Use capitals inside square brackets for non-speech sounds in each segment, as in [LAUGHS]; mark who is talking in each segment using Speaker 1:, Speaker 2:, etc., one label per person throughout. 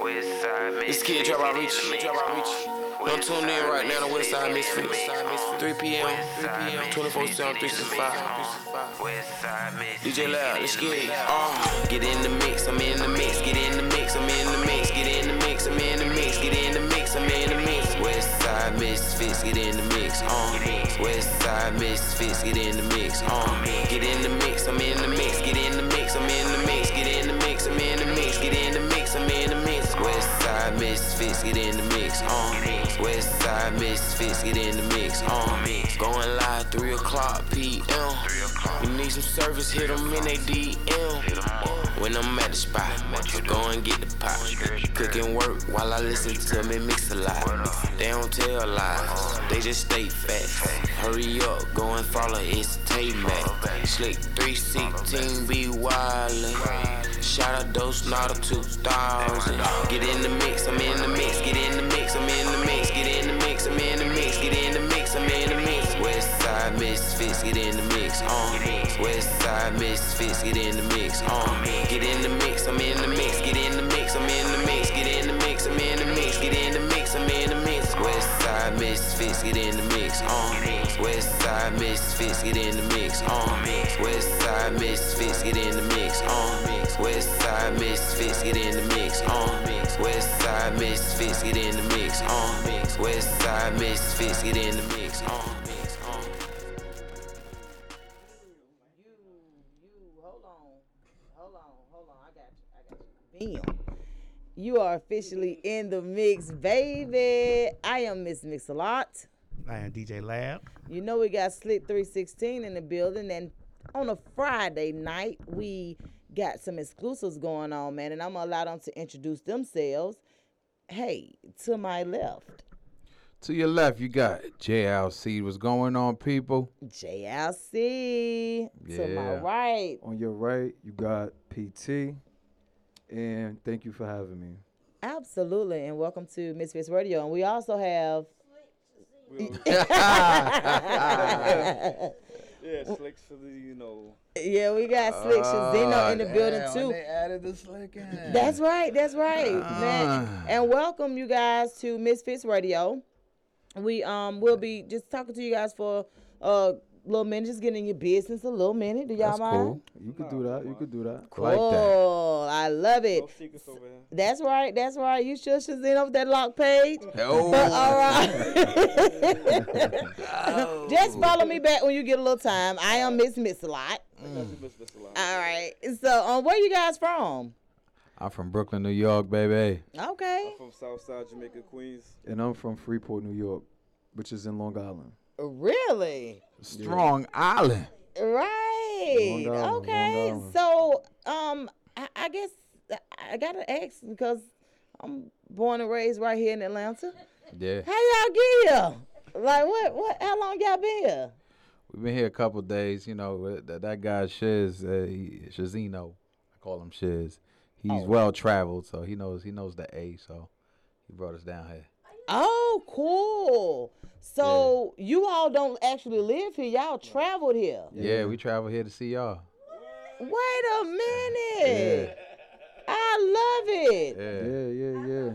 Speaker 1: Westside
Speaker 2: This kid drop out reach. Drop out reach. Don't tune in right now to Westside Misfits. 3 p.m. 24 7 365. DJ Loud, let's get it.
Speaker 3: Um.
Speaker 2: Uh, get in the mix, I'm in the mix, get in the mix, I'm in the mix, get in the mix, I'm in the mix, get in the mix, I'm in the mix. Westside Misfits, get in the mix, uh. Westside Misfits, get in the mix, uh. Get in the mix, I'm in the mix, get in the mix, I'm in the mix, get in the mix, I'm in the mix, get in the mix, I'm in the mix. Westside Misfits, get in the mix, uh. Westside Misfits, get in the mix, uh. Going live 3 o'clock p.m. You need some service, hit 'em in they DM. When I'm at the spot, go and get the pot. Cooking work while I listen to me mix a lot. They don't tell lies, they just state facts. Hurry up, go and follow it's Tay Mac. Slick 316, be wildin'. Shout out Dose Nauta 2000. Get in the mix, I'm in the mix, get in the mix, I'm in the mix, get in the mix, I'm in the mix, get in the mix, I'm in the mix. Westside Misfits, get in the mix, on Westside Misfits, get in the mix, on Get in the mix, I'm in the mix, get in the mix, I'm in the mix, get in the mix, I'm in the mix, get in the mix, I'm in the mix. Westside Misfits, get in the mix, on Westside Misfits, get in the mix, on Westside Misfits, get in the mix, on Westside Misfits, get in the mix, on Westside Misfits, get in the mix, on Westside Misfits, get in the mix, uh. on mix, on.
Speaker 4: you, you, hold on, hold on, hold on. I got you, I got you. Bam. You are officially in the mix, baby. I am Miss Mix-a-Lot.
Speaker 5: I am DJ Lab.
Speaker 4: You know we got Slick 316 in the building, and on a Friday night we got some exclusives going on, man. And I'm gonna allow them to introduce themselves. Hey, to my left,
Speaker 6: To your left, you got JLC. What's going on, people?
Speaker 4: JLC. To my
Speaker 6: Yeah.
Speaker 4: right,
Speaker 7: On your right, you got PT, and thank you for having me.
Speaker 4: Absolutely, and welcome to Misfits Radio. And we also have. [LAUGHS]
Speaker 8: Yeah, slicks for the you know.
Speaker 4: Yeah, we got Slick Shazino in
Speaker 8: Ah,
Speaker 4: the building too.
Speaker 8: added the slick in. Ah.
Speaker 4: That's right, that's right, man. And welcome you guys to Misfits Radio. We um will be just talking to you guys for a little minute, just getting your business a little minute. Do y'all
Speaker 6: That's
Speaker 4: mind?
Speaker 6: cool.
Speaker 7: You could do that. You could do that.
Speaker 6: Like that.
Speaker 4: Cool, I love it.
Speaker 8: No secrets over here.
Speaker 4: That's right, that's right. You sure Shazino with that lock page?
Speaker 6: Oh,
Speaker 4: All right. [LAUGHS] Just follow me back when you get a little time. I am Miss Miss a lot.
Speaker 8: That's a miss, miss a lot.
Speaker 4: All right. So, um, where you guys from?
Speaker 6: I'm from Brooklyn, New York, baby.
Speaker 4: Okay.
Speaker 8: From Southside Jamaica, Queens.
Speaker 7: And I'm from Freeport, New York, which is in Long Island.
Speaker 4: Really?
Speaker 6: Strong Island.
Speaker 4: Right.
Speaker 7: Long Island,
Speaker 4: okay.
Speaker 7: Long Island.
Speaker 4: So, um, I, I guess I gotta ask because I'm born and raised right here in Atlanta.
Speaker 6: Yeah.
Speaker 4: How y'all get here? Like, what? What? How long y'all been here?
Speaker 6: We've been here a couple days. You know, uh, that, that guy Shiz, uh, he- Shazino. I call him Shiz. He's
Speaker 8: Oh.
Speaker 6: well traveled, so he knows he knows the A, so he brought us down here.
Speaker 4: Oh, cool. So you all don't actually live here. Y'all traveled here.
Speaker 6: Yeah, we travel here to see y'all.
Speaker 4: Wait a minute. I love it.
Speaker 6: Yeah.
Speaker 7: Yeah, yeah, yeah.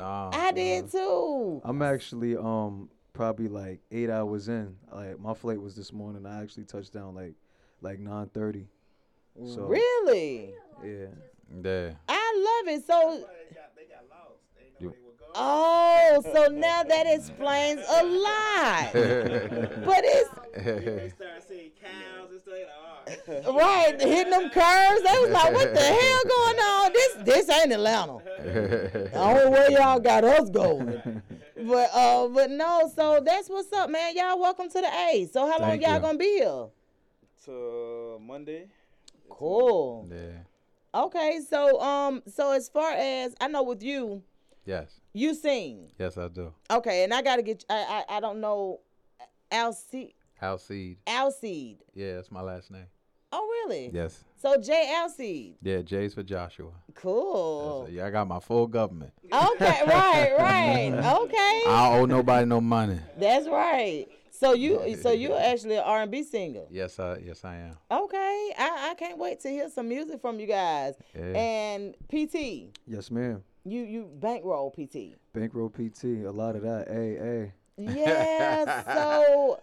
Speaker 6: Nah.
Speaker 4: I did too.
Speaker 7: I'm actually um probably like eight hours in. Like my flight was this morning. I actually touched down like like 9:30.
Speaker 6: Mm.
Speaker 7: So
Speaker 4: Really?
Speaker 7: yeah,
Speaker 6: Yeah. [LAUGHS]
Speaker 4: I love it. So. Oh, so now that explains a lot. But it's right hitting them curves. They was like, "What the hell going on? This this ain't Atlanta. I don't know where y'all got us
Speaker 6: [LAUGHS]
Speaker 4: going." But uh, but no. So that's what's up, man. Y'all welcome to the A. So how long
Speaker 6: Thank
Speaker 4: y'all
Speaker 6: you.
Speaker 4: gonna be here?
Speaker 8: To uh, Monday.
Speaker 4: Cool.
Speaker 6: yeah.
Speaker 4: Okay. So um, so as far as I know, with you,
Speaker 6: Yes.
Speaker 4: you sing.
Speaker 6: Yes, I do.
Speaker 4: Okay, and I gotta get. I I, I don't know. Alcide.
Speaker 6: Halseed.
Speaker 4: Alcide.
Speaker 6: Yeah, that's my last name.
Speaker 4: Oh really?
Speaker 6: Yes.
Speaker 4: So J Alcide.
Speaker 6: Yeah, J's for Joshua.
Speaker 4: Cool.
Speaker 6: Yeah, I got my full government.
Speaker 4: Okay. Right.
Speaker 6: [LAUGHS]
Speaker 4: Right. Okay.
Speaker 6: I don't owe nobody no money.
Speaker 4: That's right. So you. So you're actually an R and B singer.
Speaker 6: Yes, I yes I am.
Speaker 4: Okay. I I can't wait to hear some music from you guys.
Speaker 6: Yeah.
Speaker 4: And PT.
Speaker 7: yes, ma'am.
Speaker 4: You you bankroll
Speaker 6: [LAUGHS]
Speaker 4: PT.
Speaker 7: Bankroll PT, a lot of that. AA.
Speaker 4: Yeah. so,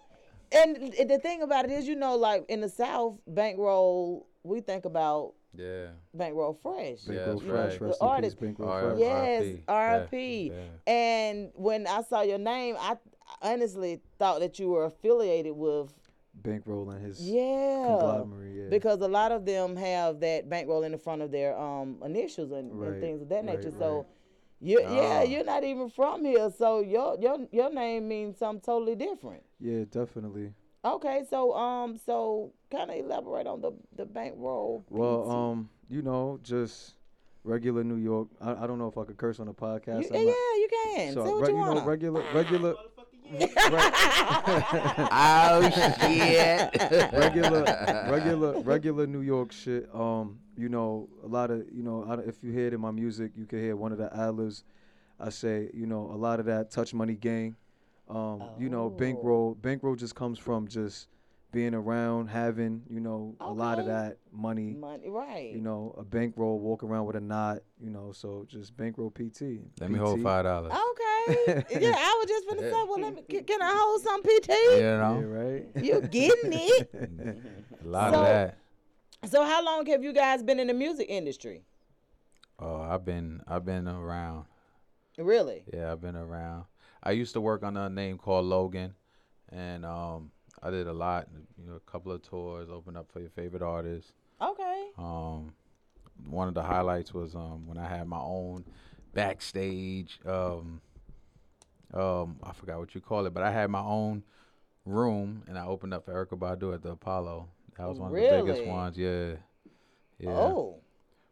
Speaker 4: and th- the thing about it is, you know, like in the South, bankroll we think about
Speaker 6: Yeah.
Speaker 4: bankroll fresh.
Speaker 6: Yeah,
Speaker 7: Bankroll
Speaker 6: that's
Speaker 7: Fresh. Rest
Speaker 6: right.
Speaker 4: The
Speaker 7: in peace,
Speaker 4: artist-
Speaker 7: Bankroll
Speaker 6: Alright.
Speaker 7: Fresh.
Speaker 4: Yes,
Speaker 6: RIP.
Speaker 4: RIP.
Speaker 6: Yeah,
Speaker 4: And when I saw your name, I honestly thought that you were affiliated with
Speaker 7: Bankroll and his
Speaker 4: yeah.
Speaker 7: conglomerate. Yeah.
Speaker 4: Because a lot of them have that bankroll in the front of their um initials and,
Speaker 7: Right,
Speaker 4: and things of that
Speaker 7: right,
Speaker 4: nature.
Speaker 7: right.
Speaker 4: So you yeah,
Speaker 6: Ah.
Speaker 4: you're not even from here. So your your your name means something totally different.
Speaker 7: yeah, definitely.
Speaker 4: Okay, so um so kinda elaborate on the the bankroll.
Speaker 7: Well,
Speaker 4: PT.
Speaker 7: um, you know, just regular New York. I, I don't know if I could curse on a podcast.
Speaker 4: You-
Speaker 7: I'm
Speaker 4: yeah,
Speaker 7: not-
Speaker 4: you can.
Speaker 7: so
Speaker 4: Say what
Speaker 7: re-
Speaker 4: you
Speaker 7: you know,
Speaker 4: want.
Speaker 7: regular, regular, [LAUGHS]
Speaker 6: Oh [LAUGHS] shit.
Speaker 7: Oh, regular, regular, regular New York shit. Um, you know, a lot of you know, I, don't- if you hear it in my music, you can hear one of the ad-libs. I say, you know, a lot of that touch money gang. Um, you know, bankroll.
Speaker 4: Oh.
Speaker 7: Bankroll just comes from just being around, having you know, a lot of
Speaker 4: Okay.
Speaker 7: that money.
Speaker 4: [LAUGHS] Money, right.
Speaker 7: You know, a bankroll, walk around with a knot. You know, so just bankroll PT.
Speaker 6: Let me hold
Speaker 7: PT.
Speaker 6: five dollars.
Speaker 4: Oh.
Speaker 7: [LAUGHS]
Speaker 4: Okay. yeah, I was just gonna say, well, let me, can, can I hold some PT?
Speaker 6: You know,
Speaker 7: [LAUGHS] Yeah, right.
Speaker 4: You getting it?
Speaker 6: a lot
Speaker 4: So-
Speaker 6: of that.
Speaker 4: So how long have you guys been in the music industry?
Speaker 6: Oh, I've been I've been around.
Speaker 4: Really?
Speaker 6: Yeah, I've been around. I used to work on a name called Logan, and um, I did a lot. You know, a couple of tours, opened up for your favorite artists.
Speaker 4: Okay.
Speaker 6: Um, one of the highlights was um when I had my own backstage. Um, um, I forgot what you call it, but I had my own room, and I opened up for Erica Badu at the Apollo. That was one of the biggest
Speaker 4: Really?
Speaker 6: ones. Yeah. Yeah.
Speaker 4: Oh.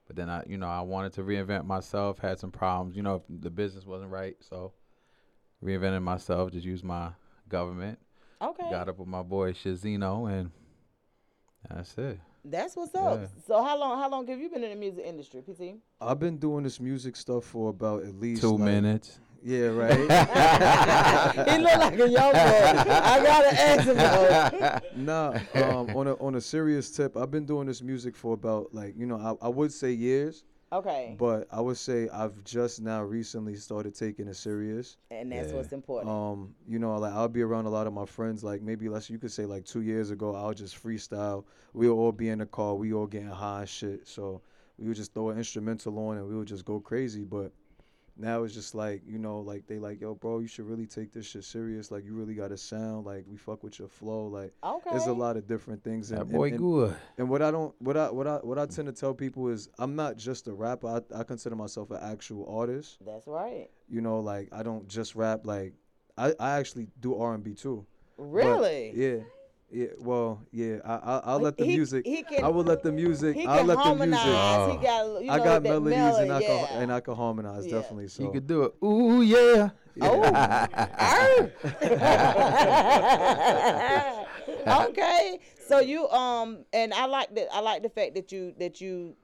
Speaker 6: But then I, you know, I wanted to reinvent myself. Had some problems, you know, the business wasn't right, so reinvented myself. Just used my government.
Speaker 4: Okay.
Speaker 6: Got up with my boy Shazino, and that's it.
Speaker 4: That's what's up.
Speaker 6: Yeah.
Speaker 4: So how long how long have you been in the music industry,
Speaker 7: [LAUGHS]
Speaker 4: PT?
Speaker 7: I've been doing this music stuff for about at least
Speaker 6: Two
Speaker 7: like-
Speaker 6: minutes.
Speaker 7: Yeah, right. [LAUGHS]
Speaker 4: he look like a young boy. I gotta
Speaker 7: [LAUGHS]
Speaker 4: ask him though.
Speaker 7: nah, um, on a on a serious tip, I've been doing this music for about like you know I, I would say years,
Speaker 4: Okay.
Speaker 7: but I would say I've just now recently started taking it serious.
Speaker 4: and that's what's important.
Speaker 7: Um, you know, like I'll be around a lot of my friends. Like maybe less you could say like two years ago, I'll just freestyle. We'll all be in the car, we all getting high and shit. So we would just throw an instrumental on and we would just go crazy. But now it's just like you know, like they like yo, bro, you should really take this shit serious. Like you really got to sound like we fuck with your flow. Like
Speaker 4: okay.
Speaker 7: there's Um, a lot of different things.
Speaker 6: That
Speaker 7: and-
Speaker 6: boy
Speaker 7: and, and,
Speaker 6: good.
Speaker 7: and what I don't, what I, what I, what I tend to tell people is, I'm not just a rapper. I, I consider myself an actual artist
Speaker 4: That's right.
Speaker 7: you know like i don't just rap like i, I actually do r&b too But,
Speaker 4: Really?
Speaker 7: yeah yeah well yeah i i I'll
Speaker 4: He-
Speaker 7: let the
Speaker 4: he-
Speaker 7: music
Speaker 4: he can-
Speaker 7: i will let the music
Speaker 4: He
Speaker 7: i'll
Speaker 4: can
Speaker 7: let the
Speaker 4: harmonize.
Speaker 7: music
Speaker 6: Uh,
Speaker 7: Oh.
Speaker 4: He got you know
Speaker 7: i
Speaker 4: that
Speaker 7: got melodies and i
Speaker 4: melody, yeah.
Speaker 7: can and i can harmonize
Speaker 4: Yeah.
Speaker 7: definitely so
Speaker 6: You could do it. Ooh [LAUGHS] yeah.
Speaker 4: Oh.
Speaker 7: [LAUGHS]
Speaker 4: Arr. okay. So you um and I like that I like the fact that you that you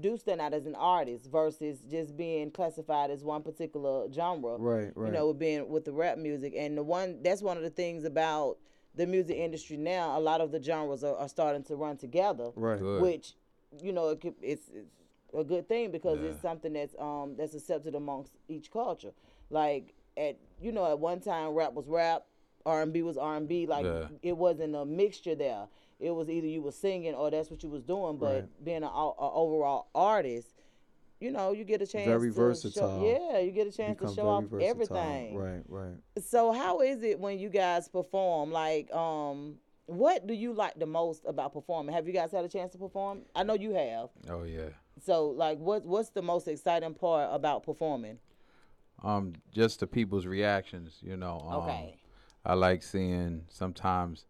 Speaker 4: do stand out as an artist versus just being classified as one particular genre.
Speaker 7: right right
Speaker 4: You know, being with the rap music and the one that's one of the things about the music industry now, a lot of the genres are, are starting to run together
Speaker 7: right
Speaker 6: Good.
Speaker 4: which you know it could, it's, it's a good thing because it's something that's um that's accepted amongst each culture like at you know at one time rap was rap r&b was r&b like
Speaker 6: Yeah.
Speaker 4: it wasn't a mixture there it was either you were singing or that's what you was doing but being an o- a overall artist you know you get a chance
Speaker 7: Very
Speaker 4: to show-
Speaker 7: versatile.
Speaker 4: yeah you get a chance to
Speaker 7: Become
Speaker 4: show
Speaker 7: very
Speaker 4: off
Speaker 7: versatile.
Speaker 4: everything
Speaker 7: right right
Speaker 4: so how is it when you guys perform? Like, um, what do you like the most about performing? Have you guys had a chance to perform? I know you have.
Speaker 6: Oh yeah.
Speaker 4: So like, what what's the most exciting part about performing?
Speaker 6: Um, just the people's reactions. You know. Um,
Speaker 4: Okay.
Speaker 6: I like seeing sometimes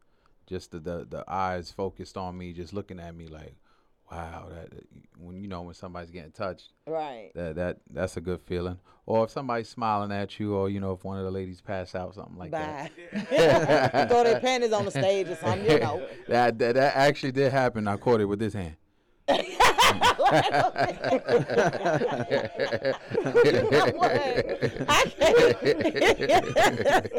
Speaker 6: just the, the the eyes focused on me, just looking at me like, wow. That when you know when somebody's getting touched,
Speaker 4: Right.
Speaker 6: that that that's a good feeling. Or if somebody's smiling at you, or you know if one of the ladies pass out, something like
Speaker 4: Bye.
Speaker 6: that.
Speaker 4: Throw their panties on the
Speaker 6: [LAUGHS]
Speaker 4: stage or something, you know. [LAUGHS]
Speaker 6: that, that that actually did happen. I caught it with this hand.
Speaker 4: I can't. [LAUGHS]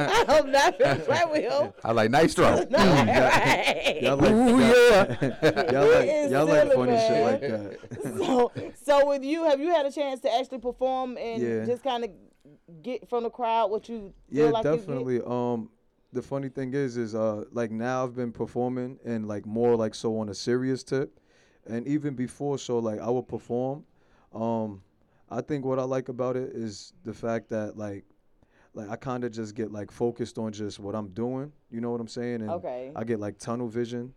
Speaker 4: I hope not finna play with him.
Speaker 6: [LAUGHS]
Speaker 4: [LAUGHS]
Speaker 6: I like nice throw.
Speaker 4: No, right.
Speaker 7: Y'all like,
Speaker 6: Ooh,
Speaker 7: yeah. [LAUGHS] y'all
Speaker 4: It is
Speaker 7: like, y'all like
Speaker 4: silly,
Speaker 7: funny
Speaker 4: man.
Speaker 7: shit like that.
Speaker 4: [LAUGHS] so, so with you, have you had a chance to actually perform and
Speaker 7: Yeah.
Speaker 4: just kind of get from the crowd what you feel
Speaker 7: yeah
Speaker 4: like you
Speaker 7: definitely um the funny thing is is uh like now i've been performing and like more like so on a serious tip and even before so like i would perform um i think what i like about it is the fact that like like i kind of just get like focused on just what i'm doing you know what i'm saying and
Speaker 4: Okay.
Speaker 7: i get like tunnel vision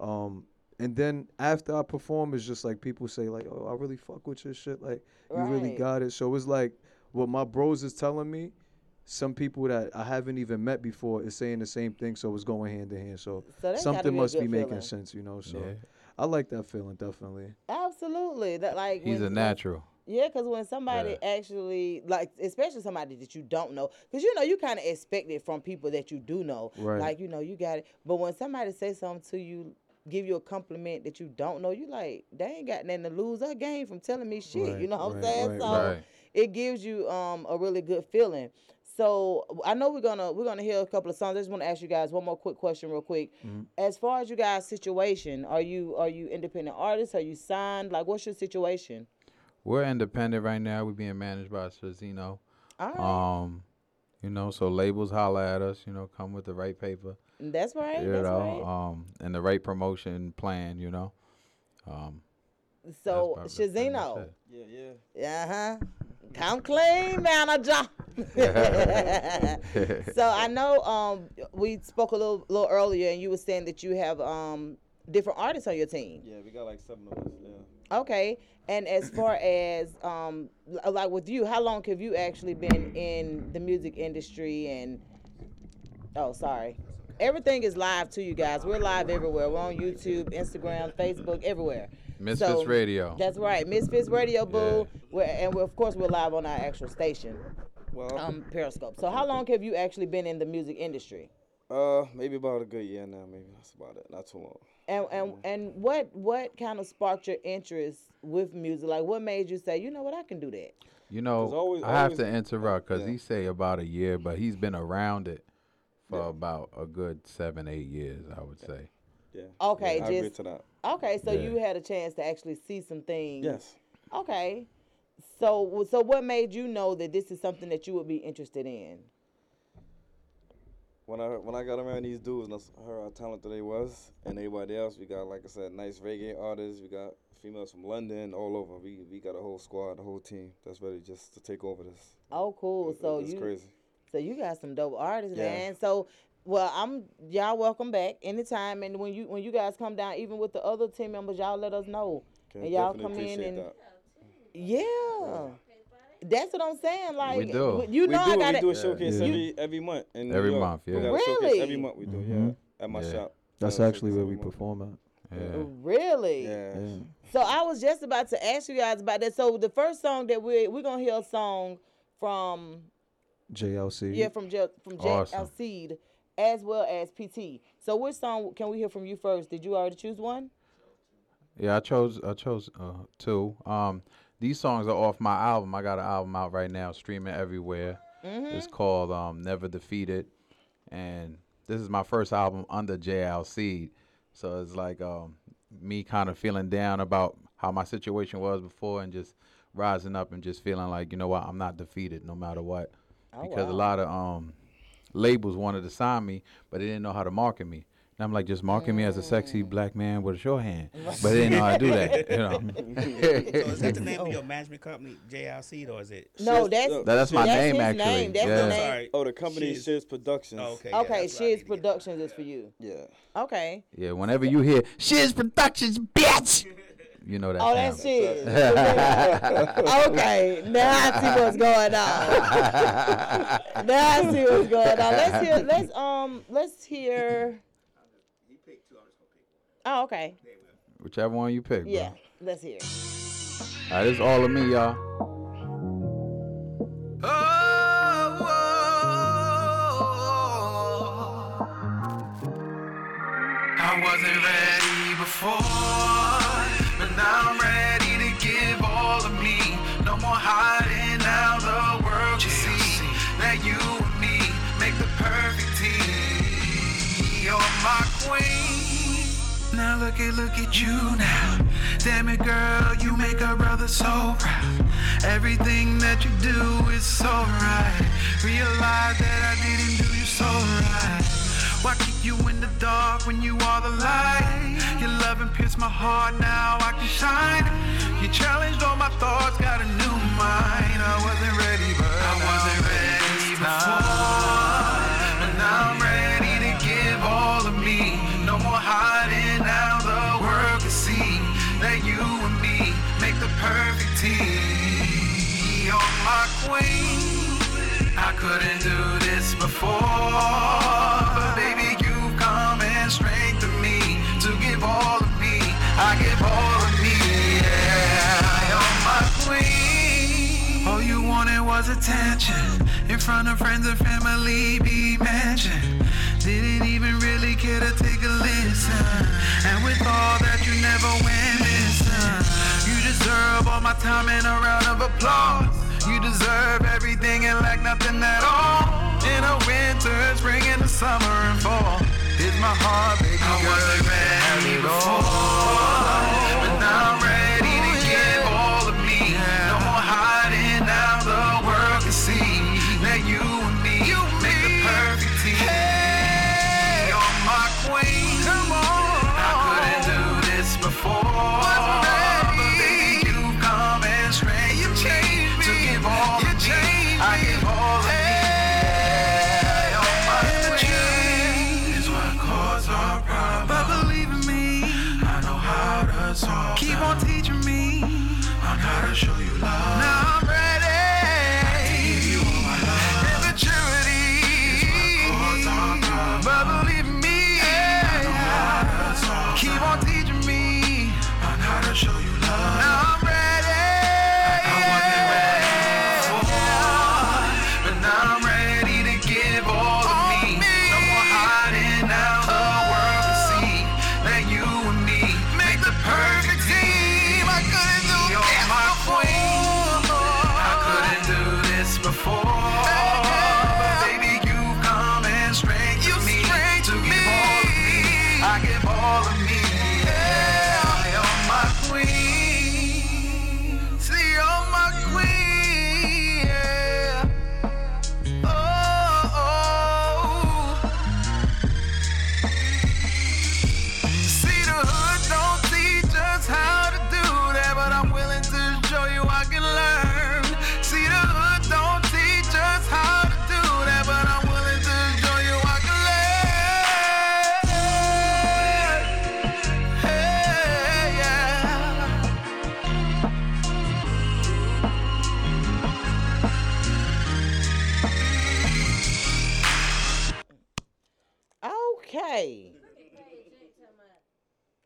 Speaker 7: um and then after I perform, it's just like people say, like, "Oh, I really fuck with your shit. Like, you really
Speaker 4: Right.
Speaker 7: got it." So it's like what my bros is telling me some people that I haven't even met before is saying the same thing, so it's going hand in hand. So,
Speaker 4: So that's gotta
Speaker 7: something
Speaker 4: be a
Speaker 7: must
Speaker 4: good
Speaker 7: be making
Speaker 4: feeling.
Speaker 7: sense, you know. So
Speaker 6: Yeah.
Speaker 7: I like that feeling definitely.
Speaker 4: get? Absolutely. That like
Speaker 6: He's
Speaker 4: when-
Speaker 6: a natural.
Speaker 4: Yeah, because when somebody actually like, especially somebody that you don't know, because you know you kind of expect it from people that you do know.
Speaker 7: Right.
Speaker 4: Like you know you got it, but when somebody says something to you, give you a compliment that you don't know, you like they ain't got nothing to lose or gain from telling me shit. you
Speaker 7: Right,
Speaker 4: know what I'm
Speaker 7: right,
Speaker 4: saying?
Speaker 7: right,
Speaker 4: so
Speaker 6: right.
Speaker 4: it gives you um a really good feeling. So I know we're gonna we're gonna hear a couple of songs. I just want to ask you guys one more quick question, real quick.
Speaker 7: Mm-hmm.
Speaker 4: As far as you guys' situation, are you are you independent artists? Are you signed? Like, what's your situation?
Speaker 6: We're independent right now. We're being managed by Sazino.
Speaker 4: All right.
Speaker 6: Um, you know, so labels holler at us. You know, come with the right paper.
Speaker 4: That's right.
Speaker 6: you
Speaker 4: that's
Speaker 6: know,
Speaker 4: right.
Speaker 6: um, and the right promotion plan. You know, um, that's
Speaker 4: so
Speaker 6: about- that's pretty much
Speaker 4: Shazino.
Speaker 6: it.
Speaker 8: Yeah, yeah.
Speaker 4: Uh huh. Come clean, manager. [LAUGHS] so I know um we spoke a little little earlier, and you were saying that you have um different artists on your team.
Speaker 8: Yeah, we got like seven of us. Yeah.
Speaker 4: Okay. And as far as um li- like with you, how long have you actually been in the music industry and oh sorry. Everything is live to you guys. We're live everywhere. We're on YouTube, Instagram, Facebook, everywhere.
Speaker 6: Misfits Radio.
Speaker 4: That's right. Misfits Radio Boo.
Speaker 6: Yeah.
Speaker 4: We're, and we're, of course we're live on our actual station,
Speaker 8: Well,
Speaker 4: um, Periscope. So how long have you actually been in the music industry?
Speaker 8: uh, maybe about a good year now. Maybe that's about it. Not too long.
Speaker 4: And and and what what kind of sparked your interest with music? Like what made you say, you know what, I can do that?
Speaker 6: You know,
Speaker 8: always-
Speaker 6: I have
Speaker 8: always-
Speaker 6: to interrupt because
Speaker 8: yeah.
Speaker 6: he say about a year, but he's been around it for about a good seven, eight years, I would say.
Speaker 8: Yeah.
Speaker 4: Okay,
Speaker 8: yeah, I agree
Speaker 4: just-
Speaker 8: to that.
Speaker 4: Okay, so
Speaker 6: Yeah.
Speaker 4: you had a chance to actually see some things.
Speaker 8: Yes.
Speaker 4: Okay. So so what made you know that this is something that you would be interested in?
Speaker 8: When I when I got around these dudes and I s- heard how talented they was and everybody else, we got like I said, nice reggae artists. We got females from London, all over. We we got a whole squad, a whole team that's ready just to take over this.
Speaker 4: Oh, cool. So
Speaker 8: it's
Speaker 4: you
Speaker 8: crazy.
Speaker 4: so you got some dope artists,
Speaker 8: Yeah.
Speaker 4: man. So well, I'm y'all welcome back anytime, and when you when you guys come down, even with the other team members, y'all let us know,
Speaker 8: Can
Speaker 4: and y'all come
Speaker 8: definitely
Speaker 4: in
Speaker 8: appreciate
Speaker 4: and
Speaker 8: that.
Speaker 4: yeah. That's what I'm saying. Like
Speaker 6: do.
Speaker 4: you
Speaker 8: we
Speaker 4: know
Speaker 8: do,
Speaker 4: I got
Speaker 8: we
Speaker 4: it.
Speaker 8: do a showcase
Speaker 7: Yeah.
Speaker 8: every every month. In New
Speaker 6: Every
Speaker 8: York.
Speaker 6: month, yeah. Mm-hmm.
Speaker 8: We got a showcase
Speaker 4: Really?
Speaker 8: every month we do,
Speaker 7: Mhm.
Speaker 8: yeah. At my
Speaker 6: Yeah.
Speaker 8: shop.
Speaker 7: That's
Speaker 8: Yeah,
Speaker 7: actually
Speaker 8: showcase
Speaker 7: where
Speaker 8: every
Speaker 7: we
Speaker 8: month.
Speaker 7: perform at.
Speaker 6: Yeah.
Speaker 4: Really?
Speaker 8: Yeah.
Speaker 7: Yeah.
Speaker 4: So I was just about to ask you guys about that. So the first song that we we're gonna hear a song from
Speaker 7: JLC.
Speaker 4: yeah from J, from Jack
Speaker 6: Awesome.
Speaker 4: Alcide as well as PT. So which song can we hear from you first? Did you already choose one?
Speaker 6: Yeah, I chose I chose uh, two. Um, these songs are off my album. I got an album out right now, streaming everywhere.
Speaker 8: Mm-hmm.
Speaker 6: It's called um, Never Defeated, and this is my first album under JLC. So it's like um, me kind of feeling down about how my situation was before, and just rising up and just feeling like you know what, I'm not defeated no matter what, because
Speaker 4: Oh,
Speaker 6: a
Speaker 4: wow.
Speaker 6: lot of um, labels wanted to sign me, but they didn't know how to market me. And I'm like, just market me as a sexy
Speaker 4: Mm.
Speaker 6: black man with a short
Speaker 4: [LAUGHS]
Speaker 6: hand. But they didn't know [LAUGHS] how to do that. You know.
Speaker 1: So Oh, is
Speaker 6: [LAUGHS]
Speaker 1: that the name of your management company, JLC, or is it?
Speaker 4: No,
Speaker 8: Shiz-
Speaker 4: that's
Speaker 8: no,
Speaker 6: That- that's my
Speaker 4: That's
Speaker 6: name,
Speaker 4: his
Speaker 6: actually.
Speaker 4: name, that's
Speaker 6: yeah.
Speaker 1: I'm
Speaker 4: his name.
Speaker 1: sorry.
Speaker 8: Oh, the company
Speaker 1: Shiz.
Speaker 8: is Shiz Productions.
Speaker 1: Oh, okay. yeah,
Speaker 4: okay.
Speaker 1: that's what I
Speaker 4: Shiz
Speaker 1: need to get.
Speaker 4: Productions is for you.
Speaker 8: Yeah.
Speaker 4: Okay.
Speaker 6: Yeah, whenever you hear Shiz Productions, bitch, you know that.
Speaker 4: Oh, that's
Speaker 6: sound.
Speaker 4: Shiz. [LAUGHS] okay. Now I see what's going on. now I see what's going on. Let's hear. Let's um. Let's hear. Oh, okay.
Speaker 6: [LAUGHS] Whichever one you pick.
Speaker 4: Yeah.
Speaker 6: Bro.
Speaker 4: Let's hear. it.
Speaker 6: All right, it's all of me, y'all.
Speaker 5: I wasn't ready before, but now I'm ready. my queen. Now look at look at you now. Damn it, girl, you make a brother so proud. Everything that you do is so right. Realize that I didn't do you so right. Why keep you in the dark when you are the light? Your love and pierced my heart, now I can shine. You challenged all my thoughts, got a new mind. I wasn't ready, but I wasn't ready before. But now I'm ready to give all of me. No more hiding, now the world can see that you and me make the perfect team. You're my queen. I couldn't do this before, but baby, you've come and strengthened me to give all of me. I give all of me. Yeah, you're my queen. All you wanted was attention in front of friends and family. Be mentioned. Didn't even really care to take a listen. And with all that, you never went missing. You deserve all my time and a round of applause. You deserve everything and lack nothing at all. In the winter, spring, and the summer and fall. Is my heart, baby I girl. wasn't ready before, but now I'm ready to give all of me. No more hiding, now the world can see that you and me make the perfect team. You're my queen. Come on, I couldn't do this before. but baby, you come and straight, you change me. To give all you of me, I give all of me. You're my queen. Is what caused our problems. But believe in me, I know how to solve. Keep on teaching me. I'm how to show you love. Now I'm ready. you all my love. And maturity. Is what caused our problems. But believe in me, I know how to solve. Keep on teaching me. I'm how to show you love. Now I'm ready. I wasn't ready before, but now I'm ready to give all of me. No more hiding now. The world can see that you and me make the perfect team. I couldn't do You're this my queen. I couldn't do this before. But baby, you come and strengthen me to give all of me. I give all of me. Yeah, you're my queen. See, you're my queen. Yeah. Oh, oh. See the hood don't teach us how to do that, but I'm willing to show you I can learn. See the hood don't teach us how to do that, but I'm willing to show you I can learn. Hey, yeah.
Speaker 4: Okay.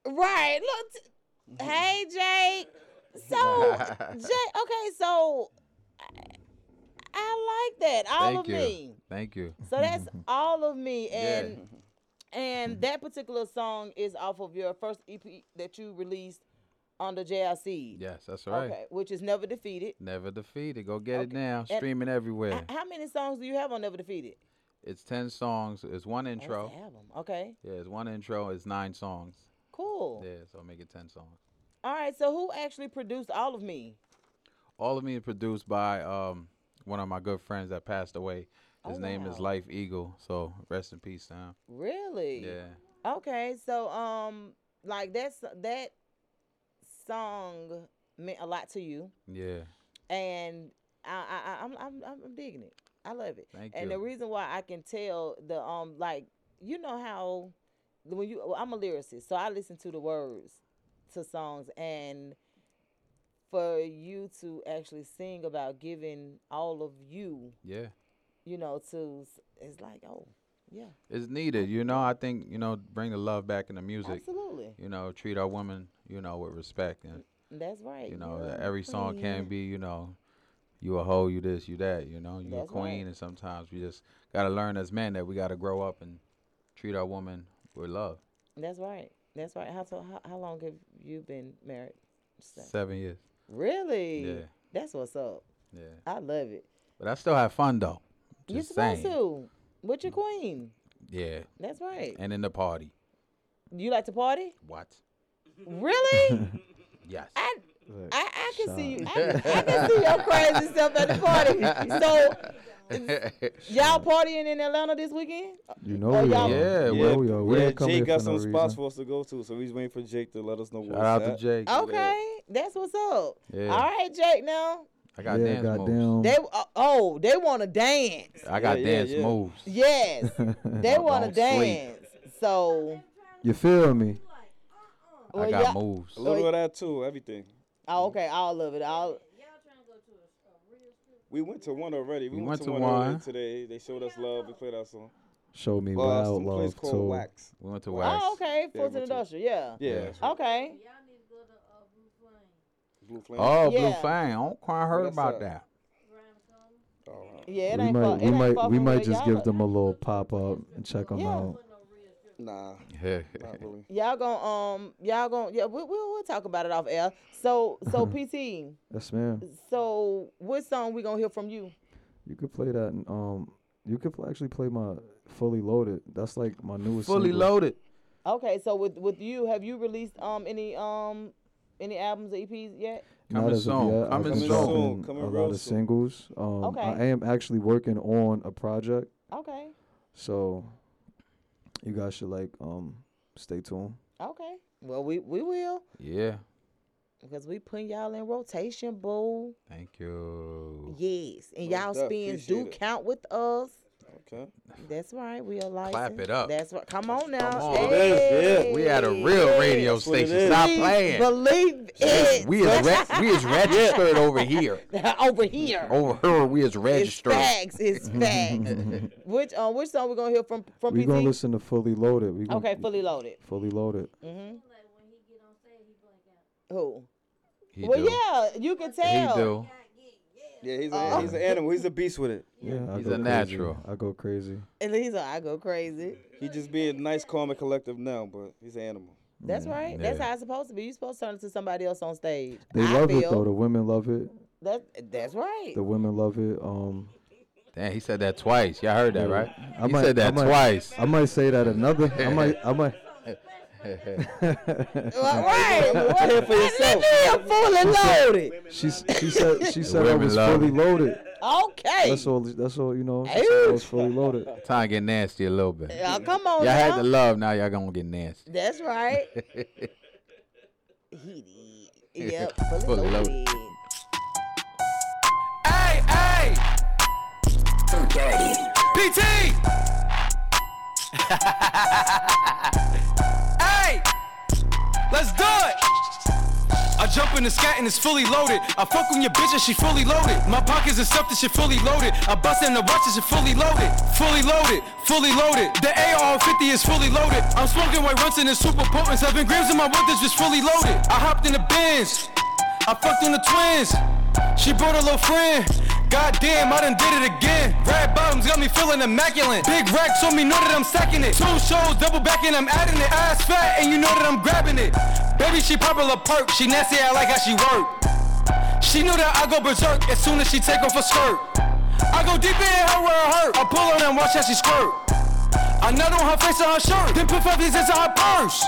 Speaker 4: Right. Look. t- hey, Jake. So, [LAUGHS] Jake. Okay. So, I- I like that. All
Speaker 6: Thank
Speaker 4: of
Speaker 6: you.
Speaker 4: me.
Speaker 6: Thank you.
Speaker 4: So that's all of me.
Speaker 6: Mm-hmm. Yeah. Mm-hmm.
Speaker 4: And and that particular song is off of your first EP that you released under JLC.
Speaker 6: Yes, that's right.
Speaker 4: Okay. Which is Never Defeated.
Speaker 6: Never defeated. Go get it
Speaker 4: Okay.
Speaker 6: now.
Speaker 4: And-
Speaker 6: Streaming everywhere.
Speaker 4: H- how many songs do you have on Never Defeated?
Speaker 6: it's ten songs. It's one
Speaker 4: Oh, that's
Speaker 6: intro.
Speaker 4: an album. Okay.
Speaker 6: Yeah, it's one intro. It's nine songs.
Speaker 4: Cool.
Speaker 6: Yeah, so make it ten songs.
Speaker 4: All right. So who actually produced all of me?
Speaker 6: All of me is produced by um one of my good friends that passed away. His
Speaker 4: Oh,
Speaker 6: name is
Speaker 4: wow.
Speaker 6: Life Eagle. So rest in peace, Sam.
Speaker 4: Really?
Speaker 6: Yeah.
Speaker 4: Okay, so um, like that's that song meant a lot to you,
Speaker 6: Yeah.
Speaker 4: and I, I I- I'm I'm I'm digging it. I love it.
Speaker 6: Thank
Speaker 4: and the
Speaker 6: you.
Speaker 4: reason why I can tell the um like you know how when you well, I'm a lyricist, so I listen to the words to songs and for you to actually sing about giving all of you,
Speaker 6: Yeah.
Speaker 4: you know, to s- it's like oh yeah,
Speaker 6: It's needed, you know. I think, you know, bring the love back in the music.
Speaker 4: absolutely,
Speaker 6: You know, treat our women, you know, with respect and
Speaker 4: that's right.
Speaker 6: you know,
Speaker 4: You're
Speaker 6: that
Speaker 4: a
Speaker 6: every song
Speaker 4: queen.
Speaker 6: can be, you know, you a hoe, you this, you that, you know, you
Speaker 4: That's
Speaker 6: a
Speaker 4: right.
Speaker 6: queen, and sometimes we just gotta learn as men that we gotta grow up and treat our woman with love.
Speaker 4: That's right. That's right. How so? How, how long have you been married? So-
Speaker 6: Seven years,
Speaker 4: Really?
Speaker 6: Yeah.
Speaker 4: That's what's up.
Speaker 6: yeah,
Speaker 4: I love it.
Speaker 6: but I still have fun though.
Speaker 4: You're
Speaker 6: Just
Speaker 4: supposed
Speaker 6: saying.
Speaker 4: to with your queen.
Speaker 6: Yeah.
Speaker 4: That's right.
Speaker 6: And in the party.
Speaker 4: You like to party?
Speaker 6: What?
Speaker 4: Really?
Speaker 6: Yes.
Speaker 4: I
Speaker 7: Look,
Speaker 4: I, I can see you. I, I can see your crazy stuff at the
Speaker 6: [LAUGHS]
Speaker 4: party. So y'all partying in Atlanta this weekend?
Speaker 7: You know
Speaker 4: Oh,
Speaker 7: we
Speaker 4: y'all-
Speaker 7: are.
Speaker 6: Yeah,
Speaker 7: You
Speaker 6: yeah,
Speaker 7: know we are. We
Speaker 8: yeah,
Speaker 7: ain't come
Speaker 8: Jake
Speaker 7: here
Speaker 8: got
Speaker 7: for
Speaker 8: some
Speaker 7: no
Speaker 8: spots
Speaker 7: reason.
Speaker 8: for us to go to, so he's waiting for Jake to let us know what's
Speaker 6: Shout out
Speaker 8: that.
Speaker 6: to Jake.
Speaker 4: Okay, that's what's up.
Speaker 6: Yeah.
Speaker 4: Oh, All right, Jake. Now
Speaker 6: I got
Speaker 7: yeah,
Speaker 6: dance moves.
Speaker 7: goddamn.
Speaker 4: they uh, oh they want to dance.
Speaker 6: I got
Speaker 8: Yeah, yeah,
Speaker 6: dance
Speaker 8: yeah.
Speaker 6: moves. [LAUGHS]
Speaker 4: Yes,
Speaker 7: [LAUGHS]
Speaker 4: they want to
Speaker 6: Don't sleep.
Speaker 4: dance. So
Speaker 7: You feel me?
Speaker 4: well,
Speaker 6: I got
Speaker 4: y'all-
Speaker 6: moves.
Speaker 8: A little of that too, everything.
Speaker 4: Oh, okay, all of it. All oh,
Speaker 8: We went to one already. We,
Speaker 6: We
Speaker 8: went, to one,
Speaker 6: one.
Speaker 8: already today. They showed us love. We played our song.
Speaker 7: Show me
Speaker 8: Well, it's
Speaker 7: wild
Speaker 8: some place
Speaker 7: love
Speaker 8: called
Speaker 7: too.
Speaker 8: Wax.
Speaker 6: We went to wax.
Speaker 4: oh okay,
Speaker 8: Yeah,
Speaker 4: Fulton
Speaker 8: we're too-
Speaker 4: Industrial. Yeah.
Speaker 8: Yeah.
Speaker 6: Yeah.
Speaker 8: that's right.
Speaker 4: Okay.
Speaker 8: Blue Flame.
Speaker 6: Oh, Blue
Speaker 4: Yeah.
Speaker 6: Fang. I don't quite heard
Speaker 8: That's
Speaker 6: about
Speaker 8: up.
Speaker 6: that.
Speaker 8: All right.
Speaker 4: Yeah, it
Speaker 7: we
Speaker 4: ain't
Speaker 7: might,
Speaker 4: far, it
Speaker 7: we
Speaker 4: ain't
Speaker 7: might,
Speaker 4: far
Speaker 7: we
Speaker 4: from where
Speaker 7: might just
Speaker 4: y'all
Speaker 7: give
Speaker 4: at.
Speaker 7: them a little pop up and check them
Speaker 4: Yeah.
Speaker 7: out.
Speaker 8: Nah, not really.
Speaker 4: Y'all gon' um y'all gon' yeah we will we'll talk about it off air. So [LAUGHS] so PT
Speaker 7: Yes, ma'am.
Speaker 4: so what song we gonna hear from you?
Speaker 7: You could play that. and, Um, you could pl- actually play my fully loaded. That's like my newest.
Speaker 6: Fully
Speaker 7: single.
Speaker 6: loaded.
Speaker 4: Okay, so with with you have you released um any um any albums or EPs yet?
Speaker 7: Not
Speaker 6: Coming
Speaker 7: as of
Speaker 6: soon.
Speaker 7: yet. I've
Speaker 6: Coming
Speaker 7: been
Speaker 6: soon.
Speaker 7: dropping
Speaker 8: Coming
Speaker 7: a
Speaker 8: real
Speaker 7: lot of
Speaker 8: soon.
Speaker 7: singles. Um,
Speaker 4: Okay.
Speaker 7: I am actually working on a project,
Speaker 4: Okay.
Speaker 7: so you guys should like um stay tuned.
Speaker 4: Okay. Well we we will
Speaker 6: Yeah.
Speaker 4: because we putting y'all in rotation, boo.
Speaker 6: Thank you.
Speaker 4: Yes. And
Speaker 8: Most
Speaker 4: y'all
Speaker 8: def,
Speaker 4: spins do
Speaker 8: appreciate it.
Speaker 4: count with us.
Speaker 8: Okay.
Speaker 4: That's right. We are licensed.
Speaker 6: it up.
Speaker 4: That's right. Come on now.
Speaker 6: on. It
Speaker 8: is,
Speaker 6: We at a
Speaker 4: Hey.
Speaker 6: real radio
Speaker 8: what it
Speaker 6: station.
Speaker 8: is.
Speaker 6: Stop [LAUGHS]
Speaker 4: Please
Speaker 6: playing.
Speaker 4: Believe it.
Speaker 6: We is, re- we is registered over here.
Speaker 4: [LAUGHS] over here.
Speaker 6: Over here, we is
Speaker 4: It's
Speaker 6: registered.
Speaker 4: facts. It's facts. which um, which song we gonna hear from from
Speaker 7: We
Speaker 4: PT?
Speaker 7: gonna listen to fully loaded. We gonna
Speaker 4: Oh, okay, fully loaded.
Speaker 7: fully loaded.
Speaker 4: Who?
Speaker 6: He
Speaker 4: well,
Speaker 6: do.
Speaker 4: yeah, you can tell.
Speaker 6: He do.
Speaker 8: Yeah, he's a, he's an animal. He's a beast with it.
Speaker 7: Yeah, I
Speaker 6: He's
Speaker 7: go crazy.
Speaker 6: a natural.
Speaker 7: I go crazy.
Speaker 4: And he's like, I go crazy.
Speaker 8: He just being nice, calm, and collective now, but he's an animal.
Speaker 4: That's right. That's
Speaker 6: Yeah.
Speaker 4: how it's supposed to be. You're supposed to turn it to somebody else on stage.
Speaker 7: They
Speaker 4: I
Speaker 7: love
Speaker 4: feel
Speaker 7: it though. The women love it.
Speaker 4: That that's right.
Speaker 7: The women love it. Um,
Speaker 6: Damn, he said that twice. Y'all heard that, right?
Speaker 7: I
Speaker 6: he
Speaker 7: might-
Speaker 6: said
Speaker 7: I
Speaker 6: that
Speaker 7: might-
Speaker 6: twice.
Speaker 7: I might say that another. I might. I might.
Speaker 4: Well, right. What
Speaker 8: Here for yourself.
Speaker 4: I'm fully loaded.
Speaker 7: She s- she said she said I
Speaker 6: women
Speaker 7: was
Speaker 6: love
Speaker 7: fully
Speaker 6: it.
Speaker 7: loaded.
Speaker 4: Okay.
Speaker 7: That's all. That's all. You know. She said I was fully loaded.
Speaker 6: Time get nasty a little bit.
Speaker 4: Y'all come on
Speaker 6: Y'all had
Speaker 4: now.
Speaker 6: the love. Now y'all gonna get nasty.
Speaker 4: That's right. he did. Yep.
Speaker 6: Fully
Speaker 4: Fully
Speaker 6: loaded.
Speaker 4: loaded.
Speaker 5: Hey, hey! PT! hey! Let's do it! I jump in the scat and it's fully loaded. I fuck on your bitch and she fully loaded. My pockets and stuff that shit fully loaded. I bust in the watch and shit fully loaded. Fully loaded, fully loaded. The AR 50 is fully loaded. I'm smoking white runs and it's super potent. Seven grams in my wood is just fully loaded. I hopped in the bins. I fucked on the twins. She brought a little friend. Goddamn, I done did it again. Red bottoms got me feeling immaculate. Big racks on me, know that I'm stacking it. Two shows, double backing, I'm adding it. Ass fat, and you know that I'm grabbing it. Baby, she popular perk. She nasty, I like how she work. She knew that I go berserk as soon as she take off her skirt. I go deep in her where it hurt. I pull on and watch how she squirt. I nut on her face and her shirt, then put five these into her purse.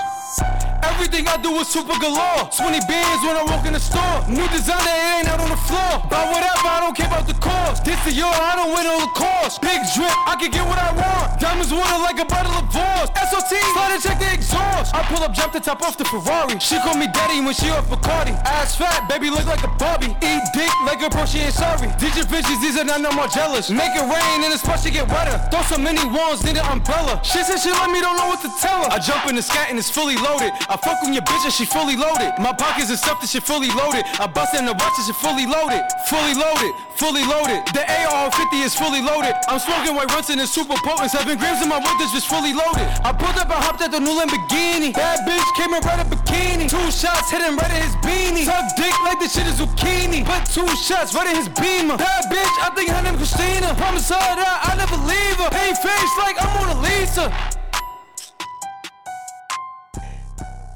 Speaker 5: Everything I do is super galore. 20 bands when I walk in the store. New designer, it ain't out on the floor. Buy whatever, I don't care about the cost. This the year, I don't win on the cost. Big drip, I can get what I want. Diamonds water like a bottle of Voss. SOT, slide and check the exhaust. I pull up, drop the top off the Ferrari. She call me daddy when she off Bacardi. Ass fat, baby look like a Barbie. Eat dick like a bro, she ain't sorry. Did your bitches, these are not no more jealous. Make it rain in the spot, she get wetter. Throw so many wands, need an umbrella. She said she love me, don't know what to tell her. I jump in the scat and it's fully loaded. I fuck on your bitch and she fully loaded. My pockets and stuff that shit fully loaded. I bust in the watch and shit fully loaded. Fully loaded, fully loaded. The AR 50 is fully loaded. I'm smoking white runs and it's super potent. Seven grams in my wood that's just fully loaded. I pulled up, I hopped at the new Lamborghini. Bad bitch came and right a bikini. Two shots hitting right at his beanie. Tuck dick like the shit is zucchini. Put two shots right at his beamer. Bad bitch, I think her name Christina. Promise her that I never leave her. Hey face like I'm Mona Lisa.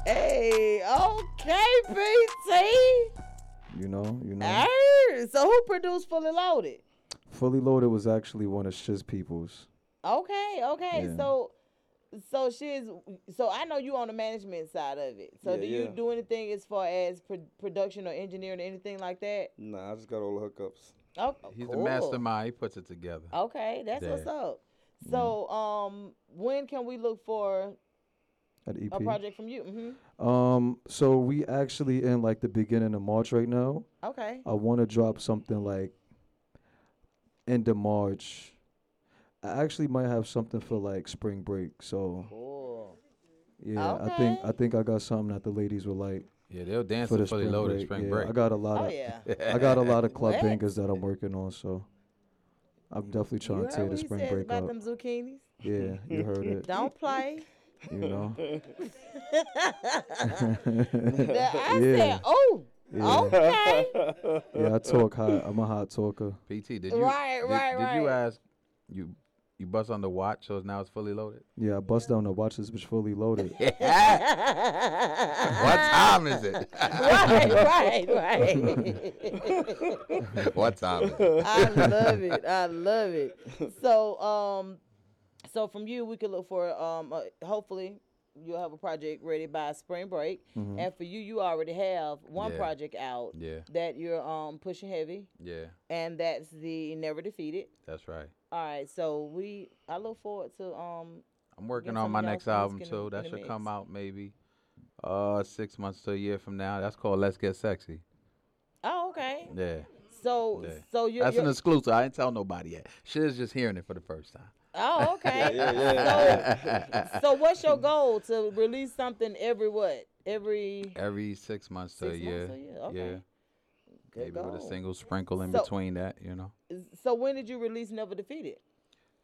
Speaker 4: Hey, okay, PT.
Speaker 7: You know. You know.
Speaker 4: Arr, so who produced Fully Loaded?
Speaker 7: Fully loaded was actually one of Shiz people's.
Speaker 4: Okay, okay.
Speaker 7: Yeah.
Speaker 4: So so she's so I know you on the management side of it. So
Speaker 8: Yeah,
Speaker 4: do you
Speaker 8: yeah.
Speaker 4: do anything as far as pro- production or engineering or anything like that?
Speaker 8: Nah, I just got all the hookups.
Speaker 4: Oh,
Speaker 6: He's
Speaker 4: cool.
Speaker 6: the mastermind. He puts it together.
Speaker 4: Okay, that's what's
Speaker 6: Yeah.
Speaker 4: up.
Speaker 7: Mm-hmm.
Speaker 4: So um, when can we look for
Speaker 7: At E
Speaker 4: a
Speaker 7: EP.
Speaker 4: project from you? Mm-hmm.
Speaker 7: Um, so we actually in like the beginning of March right now.
Speaker 4: Okay.
Speaker 7: I want to drop something like end of March. I actually might have something for like spring break. So
Speaker 8: Cool.
Speaker 7: yeah, I think
Speaker 4: Okay.
Speaker 7: I think I got something that the ladies will like
Speaker 6: Yeah, they'll dance
Speaker 7: for
Speaker 6: for
Speaker 7: the
Speaker 6: fully
Speaker 7: spring
Speaker 6: loaded
Speaker 7: break.
Speaker 6: spring
Speaker 7: yeah,
Speaker 6: break.
Speaker 7: I got a lot
Speaker 4: Oh
Speaker 7: of
Speaker 4: yeah.
Speaker 7: I got
Speaker 4: [LAUGHS]
Speaker 7: a lot of club
Speaker 4: What?
Speaker 7: bangers that I'm working on. So I'm definitely
Speaker 4: You
Speaker 7: trying to tear
Speaker 4: heard
Speaker 7: the
Speaker 4: what he
Speaker 7: spring
Speaker 4: said
Speaker 7: break
Speaker 4: about
Speaker 7: up.
Speaker 4: them zucchinis?
Speaker 7: Yeah,
Speaker 4: [LAUGHS]
Speaker 7: you heard it. [LAUGHS]
Speaker 4: Don't play.
Speaker 7: You
Speaker 4: [LAUGHS]
Speaker 7: know.
Speaker 4: That I
Speaker 7: Yeah.
Speaker 4: said, oh,
Speaker 7: Yeah.
Speaker 4: okay.
Speaker 7: Yeah, I talk hot. I'm a hot talker.
Speaker 6: PT, did you
Speaker 4: Right,
Speaker 6: did,
Speaker 4: right,
Speaker 6: did you
Speaker 4: right.
Speaker 6: ask you you bust on the watch so now it's fully
Speaker 4: [LAUGHS]
Speaker 6: loaded?
Speaker 7: Yeah, I bust down the watch this bitch fully loaded.
Speaker 6: What time is it?
Speaker 4: [LAUGHS] right, right, right.
Speaker 6: [LAUGHS] what time is
Speaker 4: [LAUGHS]
Speaker 6: it?
Speaker 4: I love it. I love it. So, um, so from you, we could look for um, uh, hopefully you'll have a project ready by spring break, and for you, you already have one
Speaker 6: Mm-hmm. Yeah.
Speaker 4: project out
Speaker 6: Yeah.
Speaker 4: that you're um pushing heavy,
Speaker 6: Yeah,
Speaker 4: and that's the Never Defeated.
Speaker 6: that's right.
Speaker 4: All right, so we I look forward to um
Speaker 6: I'm working
Speaker 4: Get
Speaker 6: on
Speaker 4: some
Speaker 6: my
Speaker 4: of y'all
Speaker 6: next
Speaker 4: songs
Speaker 6: album
Speaker 4: in the-
Speaker 6: too.
Speaker 4: in
Speaker 6: That
Speaker 4: the
Speaker 6: should come
Speaker 4: mix.
Speaker 6: out maybe uh six months to a year from now. That's called Let's Get Sexy.
Speaker 4: oh okay
Speaker 6: Yeah.
Speaker 4: so
Speaker 6: Yeah.
Speaker 4: so you're,
Speaker 6: That's
Speaker 4: you're
Speaker 6: an exclusive. I ain't tell nobody yet. She's just hearing it for the first time.
Speaker 4: oh okay
Speaker 8: [LAUGHS] Yeah, yeah, yeah.
Speaker 6: [LAUGHS]
Speaker 4: So, so what's your goal to release something every what every
Speaker 6: Every six months to a
Speaker 4: Six
Speaker 6: year.
Speaker 4: months to a year, okay.
Speaker 6: Yeah.
Speaker 4: Good
Speaker 6: Maybe with a
Speaker 4: goal.
Speaker 6: single sprinkle in
Speaker 4: So-
Speaker 6: between that, you know.
Speaker 4: So when did you release Never Defeated?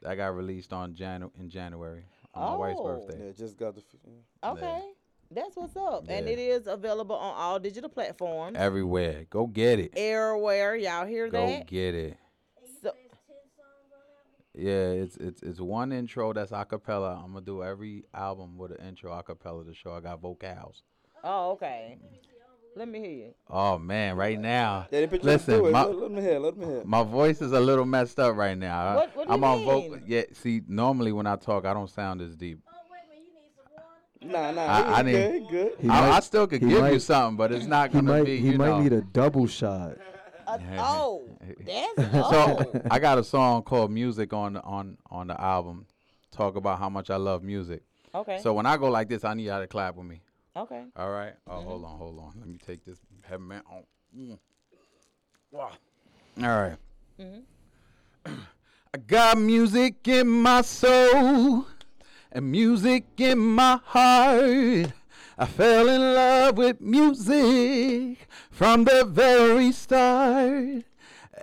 Speaker 6: I got released on Janu- in January on my wife's
Speaker 4: Oh.
Speaker 6: birthday.
Speaker 8: yeah, just got the. f- yeah.
Speaker 4: Okay. That's what's up. And
Speaker 6: Yeah.
Speaker 4: it is available on all digital platforms.
Speaker 6: Everywhere. Go get it.
Speaker 4: Everywhere. Y'all hear
Speaker 6: Go
Speaker 4: that?
Speaker 6: get it.
Speaker 4: So,
Speaker 6: Yeah, it's it's it's one intro that's a cappella. I'm gonna do every album with an intro a cappella to show I got vocals.
Speaker 4: oh, okay. Let me hear you.
Speaker 6: Oh man, right now.
Speaker 8: Yeah, they put you
Speaker 6: Listen,
Speaker 8: through it.
Speaker 6: my-
Speaker 8: let, let me hear. Let me hear.
Speaker 6: My voice is a little messed up right now.
Speaker 4: What- what do
Speaker 6: I'm
Speaker 4: you
Speaker 6: on vocal.
Speaker 4: mean?
Speaker 6: Yeah, see, normally when I talk, I don't sound as deep.
Speaker 8: Nah, nah.
Speaker 6: I- I need-
Speaker 8: he good, he good.
Speaker 7: He
Speaker 6: I, I
Speaker 7: might-
Speaker 6: still could
Speaker 7: he
Speaker 6: give you
Speaker 7: might-
Speaker 6: something, but it's not
Speaker 7: He
Speaker 6: gonna
Speaker 7: might
Speaker 6: be.
Speaker 7: he
Speaker 6: you
Speaker 7: might
Speaker 6: know.
Speaker 7: need a double shot.
Speaker 4: Uh, oh,
Speaker 6: [LAUGHS]
Speaker 4: that's oh.
Speaker 6: So I got a song called "Music" on on on the album. Talk about how much I love music.
Speaker 4: okay.
Speaker 6: So when I go like this, I need y'all to clap with me.
Speaker 4: okay.
Speaker 6: All right. Oh, hold on, hold on. Let me take this. Have man on. Mm. Wah. All right. [CLEARS THROAT] I got music in my soul and music in my heart. I fell in love with music from the very start.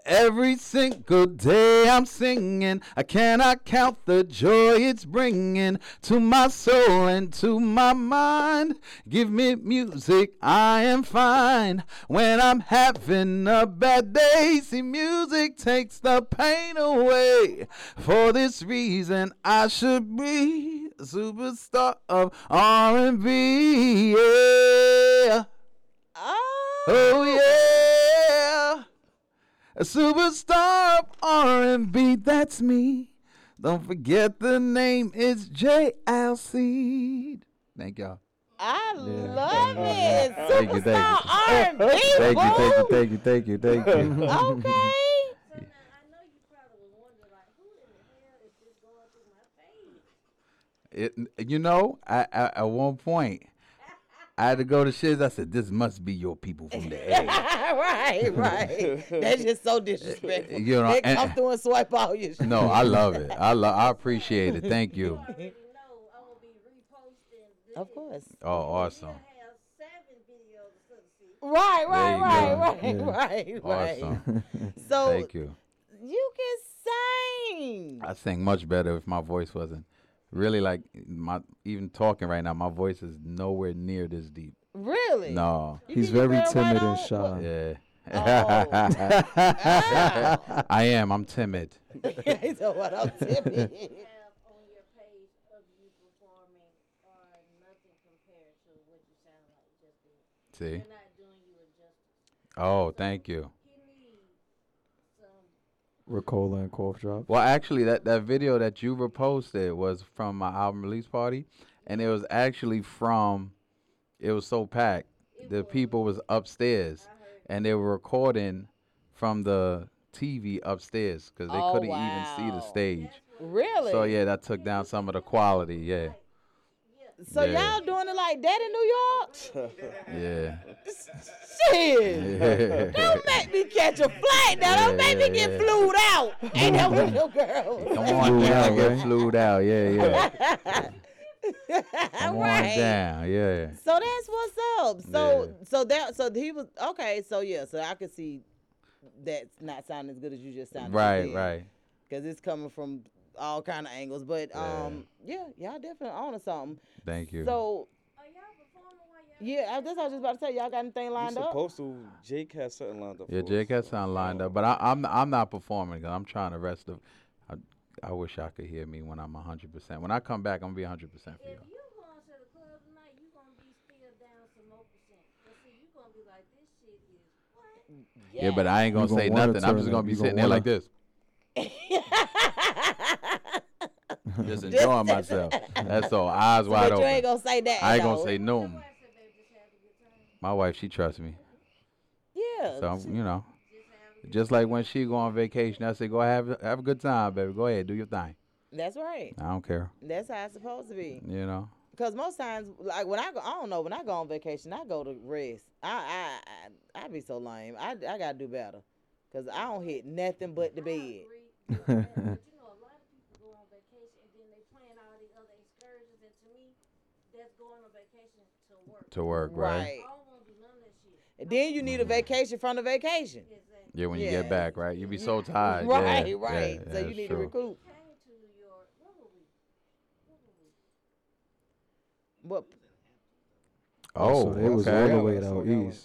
Speaker 6: Every single day I'm singing, I cannot count the joy it's bringing to my soul and to my mind. Give me music, I am fine. When I'm having a bad day, see, music takes the pain away. For this reason, I should be a superstar of R&B. Yeah.
Speaker 4: Oh,
Speaker 6: Oh yeah, a superstar of R&B. That's me. Don't forget the name. It's JLC. Thank y'all.
Speaker 4: I love it.
Speaker 6: Thank you, thank you.
Speaker 4: Superstar R&B.
Speaker 6: Thank you, thank you,
Speaker 4: boo.
Speaker 6: thank you, thank you, thank you.
Speaker 4: Okay.
Speaker 6: [LAUGHS] It, you know, I, I, at one point, I had to go to shiz. I said, "This must be your people from the [LAUGHS] area."
Speaker 4: [LAUGHS] right, right. That's just so disrespectful.
Speaker 6: You know,
Speaker 4: they
Speaker 6: and-
Speaker 4: come through and swipe all your shit.
Speaker 6: [LAUGHS] No, I love it. I love. I appreciate it. Thank you.
Speaker 4: Of course.
Speaker 6: Oh, [LAUGHS] awesome.
Speaker 4: Right, right,
Speaker 6: you
Speaker 4: right, right,
Speaker 6: go.
Speaker 4: right, right.
Speaker 6: Awesome.
Speaker 4: So
Speaker 6: Thank you.
Speaker 4: you can sing.
Speaker 6: I sing much better if my voice wasn't really like my even talking right now. My voice is nowhere near this deep.
Speaker 4: Really? [LAUGHS]
Speaker 6: No,
Speaker 4: You
Speaker 7: He's
Speaker 4: think you
Speaker 7: very
Speaker 4: fell right
Speaker 7: timid and
Speaker 4: on-
Speaker 7: shy.
Speaker 6: yeah,
Speaker 4: Oh. Wow.
Speaker 6: [LAUGHS] I am. I'm timid.
Speaker 4: He said, "What up, Timmy?"
Speaker 6: See. Oh, thank you.
Speaker 7: Ricola and Cough Drop. [LAUGHS]
Speaker 6: Well, actually, that, that video that you reposted was from my album release party, and it was actually from. It was so packed. The people was upstairs, and they were recording from the TV upstairs because they
Speaker 4: Oh,
Speaker 6: couldn't even see
Speaker 4: wow.
Speaker 6: the stage.
Speaker 4: Really?
Speaker 6: So yeah, that took down some of the quality. Yeah,
Speaker 4: So
Speaker 6: yeah.
Speaker 4: y'all doing it like that in New York?
Speaker 6: yeah.
Speaker 4: Shit.
Speaker 6: [LAUGHS]
Speaker 4: Don't make me catch a flight now. Don't make me get
Speaker 6: Yeah.
Speaker 4: flew out. Ain't that what your girl?
Speaker 6: Come on
Speaker 7: Flew
Speaker 6: down,
Speaker 7: out,
Speaker 6: get
Speaker 7: right?
Speaker 6: flew out. Yeah,
Speaker 4: [LAUGHS]
Speaker 6: yeah. Come
Speaker 4: Right.
Speaker 6: on down. Yeah.
Speaker 4: So that's what's up. So
Speaker 6: Yeah.
Speaker 4: so that so he was okay. So yeah. So I could see that's not sounding as good as you just sounded.
Speaker 6: Right, right.
Speaker 4: Because it's coming from all kind of angles. But um, yeah, y'all definitely on to something.
Speaker 6: Thank you.
Speaker 4: So. Yeah, I- that's what I was just about to say. Y'all got anything
Speaker 8: You
Speaker 4: lined [LAUGHS] up?
Speaker 8: supposed to. Jake has something lined up.
Speaker 6: Yeah,
Speaker 8: for
Speaker 6: Jake
Speaker 8: us,
Speaker 6: has
Speaker 8: so-
Speaker 6: sound lined up, but I, I'm I'm not performing 'cause I'm trying to rest of. I, I wish I could hear me when I'm 100. percent When I come back, I'm gonna be 100 percent for you.
Speaker 9: If you going to the club tonight, you gonna be still down some more percent. But see, you gonna be like, this shit is what?
Speaker 6: Yeah, but I ain't gonna,
Speaker 7: gonna
Speaker 6: say
Speaker 7: wanna
Speaker 6: nothing. I'm
Speaker 7: turn
Speaker 6: just
Speaker 7: up.
Speaker 6: gonna be
Speaker 7: You gonna
Speaker 6: sitting there like
Speaker 7: wanna-
Speaker 6: this,
Speaker 7: [LAUGHS]
Speaker 6: just enjoying myself. That's all.
Speaker 9: [LAUGHS]
Speaker 6: Eyes wide
Speaker 4: But you ain't
Speaker 6: open.
Speaker 4: gonna say that.
Speaker 6: I ain't
Speaker 4: though.
Speaker 6: gonna say no. My wife, she trusts me,
Speaker 4: Yeah.
Speaker 6: so I'm, you know, just like when she go on vacation, I say, go have a- have a good time, baby. Go ahead, do your thing.
Speaker 4: That's right.
Speaker 6: I don't care.
Speaker 4: That's how it's supposed to be.
Speaker 6: You know.
Speaker 4: Cause most times, like when I go, I don't know. When I go on vacation, I go to rest. I I I, I be so lame. I, I gotta do better. Cause I don't hit nothing but the bed.
Speaker 7: [LAUGHS]
Speaker 9: But you know, a lot of people go on vacation and then they plan all these other excursions. And to me, that's going on vacation to work.
Speaker 6: To work, right? Mm-hmm.
Speaker 9: I don't wanna do none of that shit.
Speaker 4: Then you need a vacation from the vacation.
Speaker 6: Yeah, when you
Speaker 4: Yeah.
Speaker 6: get back, right? You be so tired. yeah,
Speaker 4: right,
Speaker 6: yeah,
Speaker 4: right.
Speaker 6: yeah,
Speaker 4: so you
Speaker 6: that's
Speaker 4: need
Speaker 6: true.
Speaker 4: to recoup.
Speaker 9: Came to New York. What were we?
Speaker 4: But
Speaker 6: Oh,
Speaker 7: so they was all
Speaker 6: okay.
Speaker 7: the way
Speaker 8: That's
Speaker 7: out
Speaker 8: Long Island.
Speaker 7: east.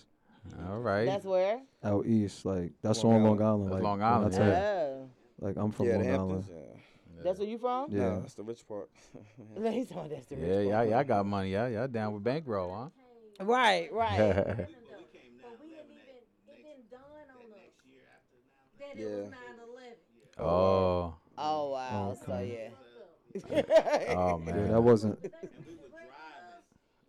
Speaker 6: All right.
Speaker 4: that's where.
Speaker 7: Out east, like that's
Speaker 8: Long
Speaker 7: on Long
Speaker 8: Island.
Speaker 7: Island.
Speaker 6: That's
Speaker 7: Like,
Speaker 6: Long
Speaker 7: when I
Speaker 6: Island,
Speaker 7: tell you,
Speaker 4: Oh,
Speaker 7: Like I'm from
Speaker 8: Yeah, the
Speaker 7: Long Island.
Speaker 8: Hamptons. Yeah.
Speaker 4: that's where you from?
Speaker 7: Yeah.
Speaker 8: Nah, that's the rich part. [LAUGHS]
Speaker 4: [LAUGHS] They said, "Oh, that's the
Speaker 6: yeah,
Speaker 4: rich
Speaker 6: y'all, y'all got money. Y'all, y'all down with bankroll,
Speaker 4: part." Right,
Speaker 6: [LAUGHS]
Speaker 4: right.
Speaker 6: huh?
Speaker 9: But we didn't even, it didn't dawn on us that it
Speaker 8: Yeah.
Speaker 9: was 9/11.
Speaker 4: [LAUGHS]
Speaker 6: oh,
Speaker 4: oh wow. So yeah. [LAUGHS]
Speaker 6: oh
Speaker 7: Yeah,
Speaker 6: man.
Speaker 7: that wasn't.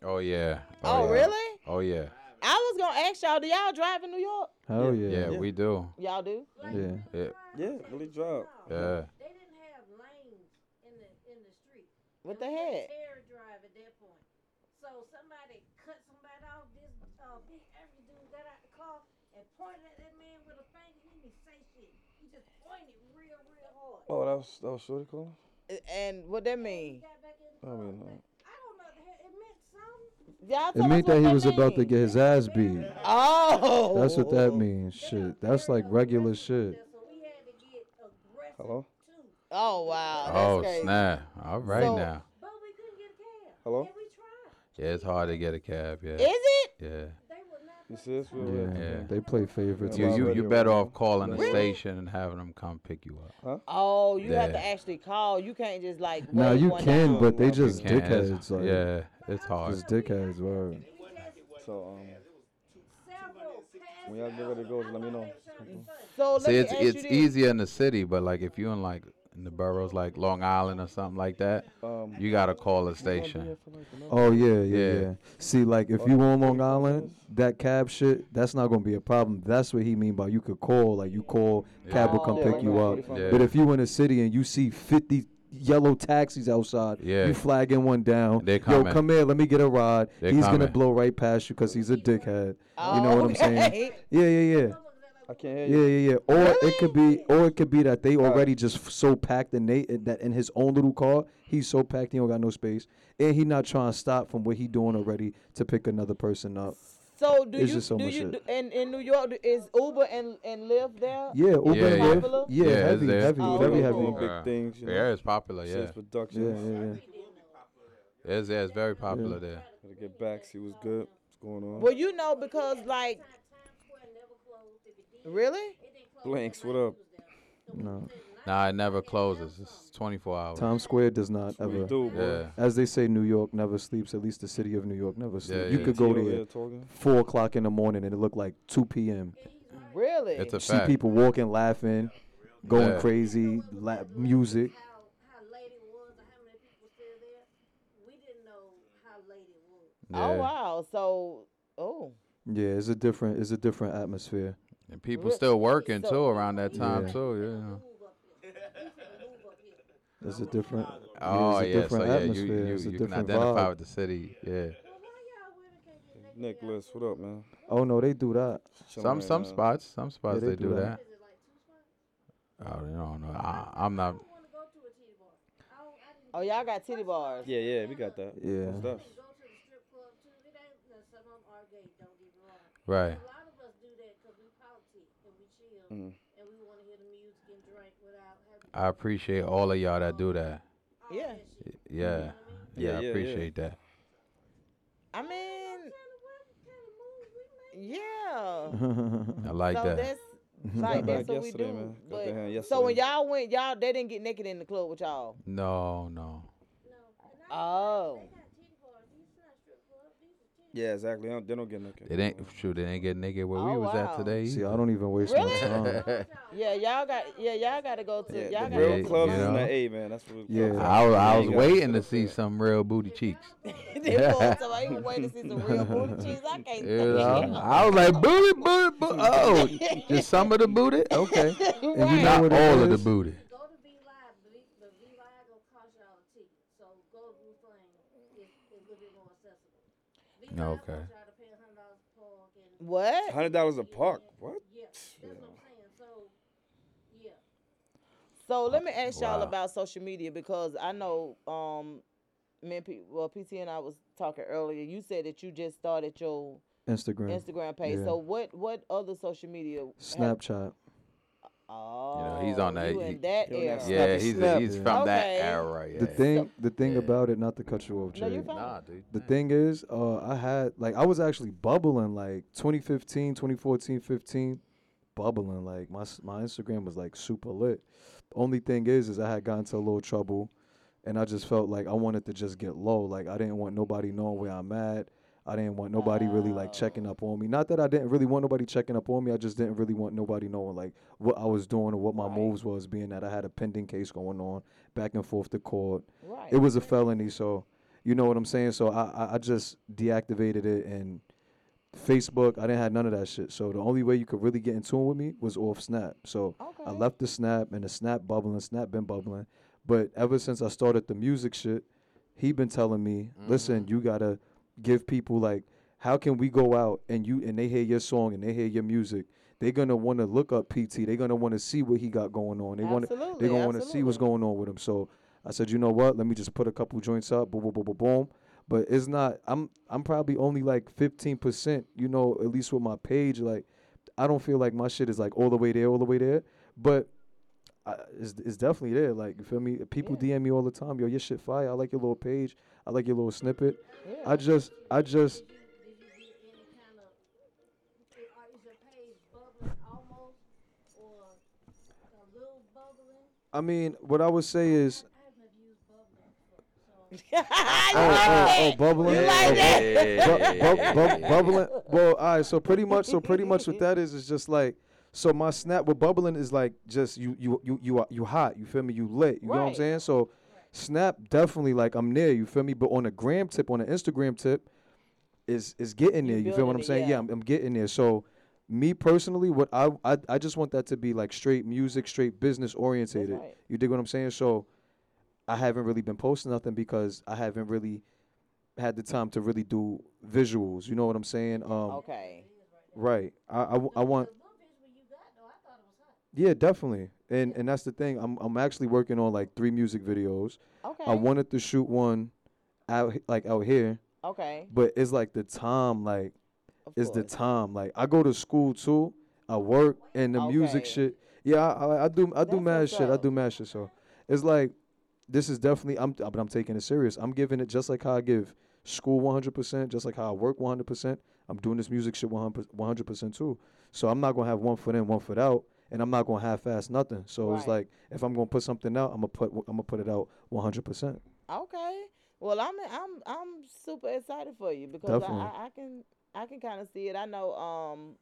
Speaker 6: Oh yeah.
Speaker 4: Oh
Speaker 6: yeah.
Speaker 4: really?
Speaker 6: Oh yeah.
Speaker 4: I was gonna ask y'all. Do y'all drive in New York?
Speaker 7: Hell
Speaker 6: Yeah,
Speaker 7: yeah.
Speaker 6: we do.
Speaker 4: Y'all do.
Speaker 7: Yeah.
Speaker 6: Yeah,
Speaker 4: Oh,
Speaker 8: yeah, really drop.
Speaker 6: yeah.
Speaker 9: They didn't have lanes in the in the street.
Speaker 4: What
Speaker 9: It
Speaker 4: the
Speaker 9: was like
Speaker 4: heck?
Speaker 9: Terror drive at that point. So somebody cut somebody off. This uh, big every dude got out the car and pointed at that man with a finger. He didn't even say shit. He just pointed real, real hard.
Speaker 8: Oh, that was that was Shorty calling.
Speaker 4: And what that mean?
Speaker 9: Got back in the
Speaker 8: I
Speaker 9: car.
Speaker 8: mean, uh,
Speaker 9: I don't know. The hell, it meant something.
Speaker 4: Y'all
Speaker 7: It
Speaker 4: tell
Speaker 7: meant
Speaker 4: us
Speaker 7: that
Speaker 4: what
Speaker 7: he was about to
Speaker 4: mean.
Speaker 7: get his ass beat.
Speaker 4: Oh,
Speaker 7: That's what that means. Shit. That's like regular shit.
Speaker 9: So we had to get aggressive
Speaker 8: hello,
Speaker 9: too.
Speaker 4: Oh wow, that's
Speaker 6: Oh
Speaker 4: crazy.
Speaker 6: snap! All right
Speaker 4: So-
Speaker 6: now.
Speaker 9: But we couldn't get a cab.
Speaker 8: hello.
Speaker 9: And we tried.
Speaker 6: Yeah, it's hard to get a cab.
Speaker 4: Is
Speaker 6: Yeah.
Speaker 4: it?
Speaker 6: Yeah.
Speaker 9: They would not
Speaker 8: You see this?
Speaker 7: Yeah.
Speaker 8: Real yeah.
Speaker 6: Yeah.
Speaker 7: They play favorites.
Speaker 6: You
Speaker 8: Well,
Speaker 6: you you
Speaker 8: radio
Speaker 6: better
Speaker 8: wrong.
Speaker 6: off calling the
Speaker 8: Really?
Speaker 6: station and having them come pick you up.
Speaker 4: Oh, you have to
Speaker 6: Yeah.
Speaker 4: actually call. You can't just like.
Speaker 7: Now
Speaker 4: wave
Speaker 7: you
Speaker 4: one
Speaker 7: can,
Speaker 4: down.
Speaker 7: but they
Speaker 8: Well, you
Speaker 7: just
Speaker 6: Yeah, it's-
Speaker 7: dickheads. Like,
Speaker 6: yeah, it's hard.
Speaker 7: Just dickheads, bro.
Speaker 8: So um,
Speaker 9: several passes.
Speaker 8: when y'all get ready to go, let me know.
Speaker 4: So let
Speaker 6: See,
Speaker 4: me
Speaker 6: it's
Speaker 4: ask you
Speaker 6: it's
Speaker 4: this.
Speaker 6: easier in the city, but like if you in like in the boroughs, like Long Island or something like that,
Speaker 8: Um,
Speaker 6: you gotta call a
Speaker 8: we gonna be
Speaker 6: station.
Speaker 8: here for like another-
Speaker 7: Oh yeah, yeah,
Speaker 6: Yeah.
Speaker 7: yeah, See, like if you on Long Island, that cab shit, that's not gonna be a problem. That's what he mean by you could call, like you call, cab
Speaker 4: Oh,
Speaker 7: will come
Speaker 8: Yeah,
Speaker 7: pick
Speaker 8: right
Speaker 7: you
Speaker 8: now,
Speaker 7: up.
Speaker 8: 45
Speaker 6: Yeah.
Speaker 7: But if you in the city and you see fifty yellow taxis outside,
Speaker 6: Yeah.
Speaker 7: you flagging one down.
Speaker 6: They
Speaker 7: Yo,
Speaker 6: coming.
Speaker 7: come here, let me get a ride.
Speaker 6: They
Speaker 7: he's gonna
Speaker 6: coming.
Speaker 7: blow right past you because he's a dickhead.
Speaker 4: Oh, [LAUGHS]
Speaker 7: you know what I'm saying?
Speaker 4: okay.
Speaker 7: Yeah, yeah, yeah.
Speaker 8: I can't hear
Speaker 7: Yeah,
Speaker 8: you.
Speaker 7: yeah, yeah. Or it could be, or it could be that they already just f- so packed in they that in his own little car, he's so packed he don't got no space, and he not trying to stop from what he doing already to pick another person up.
Speaker 4: So do
Speaker 7: It's
Speaker 4: you
Speaker 7: just so
Speaker 4: do
Speaker 7: much
Speaker 4: you
Speaker 7: shit.
Speaker 4: do, in in New York do- is Uber and and Lyft there?
Speaker 7: Yeah, Uber
Speaker 6: Yeah,
Speaker 7: and
Speaker 6: yeah.
Speaker 7: Lyft.
Speaker 4: Popular?
Speaker 7: Yeah,
Speaker 6: Yeah, it's
Speaker 7: heavy,
Speaker 6: there.
Speaker 7: heavy,
Speaker 4: Oh,
Speaker 7: very
Speaker 4: okay,
Speaker 7: heavy.
Speaker 4: cool.
Speaker 8: Doing big things, you know.
Speaker 6: Yeah, it's popular. Yeah,
Speaker 8: Since production.
Speaker 7: Yeah, yeah, yeah.
Speaker 6: it's, yeah, it's very popular there.
Speaker 8: Gotta get back. See what's good. What's going on?
Speaker 4: Well, you know because like really.
Speaker 8: Blanks. What up?
Speaker 7: No,
Speaker 6: Nah, it never closes. It's 24 hours.
Speaker 7: Times Square does not
Speaker 8: We
Speaker 7: ever.
Speaker 8: do,
Speaker 6: Yeah,
Speaker 8: boy.
Speaker 7: As they say, New York never sleeps. At least the city of New York never sleeps. you
Speaker 6: yeah.
Speaker 7: could go
Speaker 8: T over
Speaker 7: there
Speaker 8: there talking.
Speaker 7: four o'clock in the morning and it looked like two p.m.
Speaker 4: Really?
Speaker 6: it's a
Speaker 7: See
Speaker 6: fact.
Speaker 7: people walking, laughing. going
Speaker 6: Yeah.
Speaker 7: crazy, la- music.
Speaker 9: How how late it was, or how many people still there? We didn't know how late it was.
Speaker 4: Oh
Speaker 6: Yeah.
Speaker 4: wow. So oh.
Speaker 7: Yeah, it's a different, it's a different atmosphere.
Speaker 6: And people
Speaker 4: Really?
Speaker 6: still working
Speaker 4: So-
Speaker 6: too around that time
Speaker 7: Yeah.
Speaker 6: too.
Speaker 9: Move up here. We finna move up here.
Speaker 7: It's a different.
Speaker 6: Yeah. Oh
Speaker 7: it's a
Speaker 6: yeah, so
Speaker 7: different
Speaker 6: yeah, you
Speaker 7: atmosphere,
Speaker 6: you,
Speaker 7: it's a
Speaker 6: you can
Speaker 7: different
Speaker 6: identify
Speaker 7: vibe.
Speaker 6: with the city. Yeah.
Speaker 9: Well, why y'all women can't get naked?
Speaker 8: Nicholas, what up, man?
Speaker 7: Oh no, they do that.
Speaker 8: Chillin'
Speaker 6: Some
Speaker 8: right
Speaker 6: some
Speaker 8: now.
Speaker 6: spots, some spots
Speaker 7: they
Speaker 6: they,
Speaker 7: do
Speaker 6: do that.
Speaker 7: that.
Speaker 9: Is it like two spots?
Speaker 6: Oh, you don't know. I, I'm
Speaker 9: I
Speaker 6: not.
Speaker 9: don't want to go to a titty bar. I don't. I didn't
Speaker 4: Oh y'all got titty bars.
Speaker 8: Yeah, yeah, we got that.
Speaker 7: Yeah.
Speaker 8: Stuff.
Speaker 9: go to the strip club too. It ain't now, some of them are gay. Don't get me wrong.
Speaker 6: Right.
Speaker 9: A lot of us do that because we politic and we chill
Speaker 8: Mm.
Speaker 9: and we want to hear the music and drink without having
Speaker 6: I appreciate all of y'all that do that.
Speaker 9: all
Speaker 4: Yeah.
Speaker 9: that shit.
Speaker 6: Yeah. Yeah,
Speaker 8: Yeah, yeah,
Speaker 6: I
Speaker 8: yeah.
Speaker 6: appreciate that.
Speaker 4: I mean,
Speaker 9: Kinda what kind of move we make?
Speaker 4: yeah.
Speaker 6: I like
Speaker 4: so
Speaker 6: that. [LAUGHS]
Speaker 4: that's like
Speaker 7: [LAUGHS]
Speaker 8: Got
Speaker 4: that's
Speaker 8: back
Speaker 4: what we
Speaker 8: yesterday,
Speaker 4: do.
Speaker 8: man. Got
Speaker 4: But-
Speaker 8: that hand
Speaker 4: so when
Speaker 8: yesterday.
Speaker 4: y'all went, y'all they didn't get naked in the club with y'all.
Speaker 6: No, no.
Speaker 9: No. And I,
Speaker 4: Oh.
Speaker 9: they got titty bars. These not strip clubs. These are titty
Speaker 8: Yeah, exactly. I don't- They don't get naked.
Speaker 6: It ain't shoot. It ain't get naked where we
Speaker 4: Oh,
Speaker 6: was
Speaker 4: wow.
Speaker 6: at today.
Speaker 7: See, I
Speaker 6: either.
Speaker 7: don't even waste
Speaker 4: Really?
Speaker 7: my
Speaker 6: [LAUGHS]
Speaker 4: [LAUGHS]
Speaker 7: time.
Speaker 4: Yeah, y'all got yeah, y'all gotta go to
Speaker 8: Yeah,
Speaker 4: y'all
Speaker 8: the
Speaker 4: gotta
Speaker 8: real
Speaker 6: Yeah,
Speaker 4: go
Speaker 8: clubs
Speaker 6: you
Speaker 8: is in
Speaker 6: know.
Speaker 8: the A, man. That's what.
Speaker 7: Yeah.
Speaker 6: I was, I
Speaker 8: Yeah,
Speaker 6: was
Speaker 8: you gotta
Speaker 6: waiting
Speaker 8: sit
Speaker 6: to
Speaker 8: up
Speaker 6: see
Speaker 8: there.
Speaker 6: some real
Speaker 9: [LAUGHS]
Speaker 6: booty cheeks.
Speaker 4: [LAUGHS] to
Speaker 6: [LAUGHS]
Speaker 4: them boys. So I even waiting to see some real booty cheeks. I can't
Speaker 6: You
Speaker 4: stand
Speaker 6: know? I was like booty, booty,
Speaker 9: [LAUGHS]
Speaker 6: booty. Oh, just some of the booty. Okay,
Speaker 7: And you know
Speaker 6: not
Speaker 7: what it
Speaker 6: all of the
Speaker 7: is?
Speaker 6: booty.
Speaker 9: Go to V Live, but V Live gonna cost y'all a ticket. So go to Blue Flame. It's, it's a little bit more accessible. V Live
Speaker 6: Okay.
Speaker 9: y'all to pay hundred dollars a park and
Speaker 4: What?
Speaker 8: Hundred dollars a park. What?
Speaker 9: yeah, that's what I'm saying. So yeah,
Speaker 4: So let me ask y'all
Speaker 6: Wow.
Speaker 4: about social media because I know um me and P, well PT and I was talking earlier. You said that you just started your
Speaker 7: Instagram,
Speaker 4: Instagram page.
Speaker 7: Mm. Yeah.
Speaker 4: So what what other social media? have-
Speaker 7: Snapchat.
Speaker 4: Oh,
Speaker 6: he's on that-
Speaker 4: You
Speaker 6: he-
Speaker 4: in that
Speaker 8: he on that
Speaker 4: era?
Speaker 8: Snap
Speaker 6: Yeah,
Speaker 7: is
Speaker 6: he's
Speaker 7: snap,
Speaker 6: he's
Speaker 7: yeah.
Speaker 6: from that
Speaker 4: Okay.
Speaker 6: era. Yeah.
Speaker 7: The thing, the thing
Speaker 6: Yeah.
Speaker 7: about it, not to cut you off, Jay.
Speaker 4: No, you fine.
Speaker 6: Nah, dude.
Speaker 7: The thing is, uh, I had like I was actually bubbling like 2015, 2014, 15, bubbling like my s- my Instagram was like super lit. Only thing is, is I had gotten into a little trouble, and I just felt like I wanted to just get low. Like I didn't want nobody knowing where I'm at. I didn't want nobody really like checking up on me. Not that I didn't really want nobody checking up on me. I just didn't really want nobody knowing like what I was doing or what my moves was. Being that I had a pending case going on, back and forth to court.
Speaker 4: Right.
Speaker 7: It was a felony, so you know what I'm saying. So I, I, I just deactivated it and Facebook. I didn't have none of that shit. So the only way you could really get in tune with me was off Snap. So I
Speaker 4: Okay.
Speaker 7: left the Snap and the Snap bubbling, Snap been bubbling. But ever since I started the music shit, he been telling me, listen,
Speaker 4: Mm-hmm.
Speaker 7: you gotta give people like, how can we go out and you and they hear your song and they hear your music. They're gonna want to look up PT. They're gonna want to see what he got going on. They want to.
Speaker 4: Absolutely,
Speaker 7: They're gonna want to see what's
Speaker 4: absolutely.
Speaker 7: going on with him. So I said, you know what? Let me just put a couple joints up. Boom, boom, boom, boom, boom. But it's not. I'm. I'm probably only like 15 percent. You know, at least with my page. Like, I don't feel like my shit is like all the way there, all the way there. But I, it's, it's definitely there. Like, you feel me? People DM me all the time. Yo, your shit fire. I like your little page. I like your little snippet. I just, I just,
Speaker 9: Are- is your page bubbling almost or a little bubbling?
Speaker 7: I mean, what I would say is,
Speaker 9: I've never used bubbling.
Speaker 4: [LAUGHS] I
Speaker 7: oh,
Speaker 4: love
Speaker 7: oh,
Speaker 4: it.
Speaker 7: oh, bubbling.
Speaker 4: You like
Speaker 7: oh,
Speaker 4: that?
Speaker 7: bu- bu- bu-
Speaker 4: [LAUGHS]
Speaker 7: bubbling. Well, all right. So pretty much, so pretty much, what that is is just like. So my snap with bubbling is like just you, you, you, you, are, you hot. You feel me? You lit. You know what I'm
Speaker 4: Right.
Speaker 7: saying? So, snap definitely like I'm there. You feel me? But on a gram tip, on an Instagram tip, is is getting there. You feel
Speaker 4: building
Speaker 7: what I'm
Speaker 4: it,
Speaker 7: saying?
Speaker 4: yeah.
Speaker 7: Yeah, I'm, I'm getting there. So. Me personally, what I, I I just want that to be like straight music, straight business orientated.
Speaker 4: right.
Speaker 7: You dig what I'm saying? So, I haven't really been posting nothing because I haven't really had the time to really do visuals. You know what I'm saying? Um,
Speaker 4: Okay.
Speaker 7: Right. I, I w- I want. Yeah, definitely. And and that's the thing. I'm I'm actually working on like three music videos.
Speaker 4: Okay.
Speaker 7: I wanted to shoot one out h- like out here,
Speaker 4: okay.
Speaker 7: but it's like the time like
Speaker 4: Of
Speaker 7: it's the
Speaker 4: course.
Speaker 7: time like I go to school too. I work and the music
Speaker 4: Okay.
Speaker 7: shit. Yeah, I, I, I do I do
Speaker 4: That's
Speaker 7: mad
Speaker 4: what's
Speaker 7: shit. I
Speaker 4: up.
Speaker 7: do mad shit. So it's like this is definitely I'm but I'm taking it serious. I'm giving it just like how I give school 100%, just like how I work 100%. I'm doing this music shit 100% too. So I'm not gonna have one foot in, one foot out, and I'm not gonna half-ass nothing. So it's
Speaker 4: Right.
Speaker 7: like if I'm gonna put something out, I'm gonna put I'm gonna put it out 100%.
Speaker 4: Okay. Well, I'm I'm I'm super excited for you because I,
Speaker 7: Definitely.
Speaker 4: I, I can I can kind of see it. I know um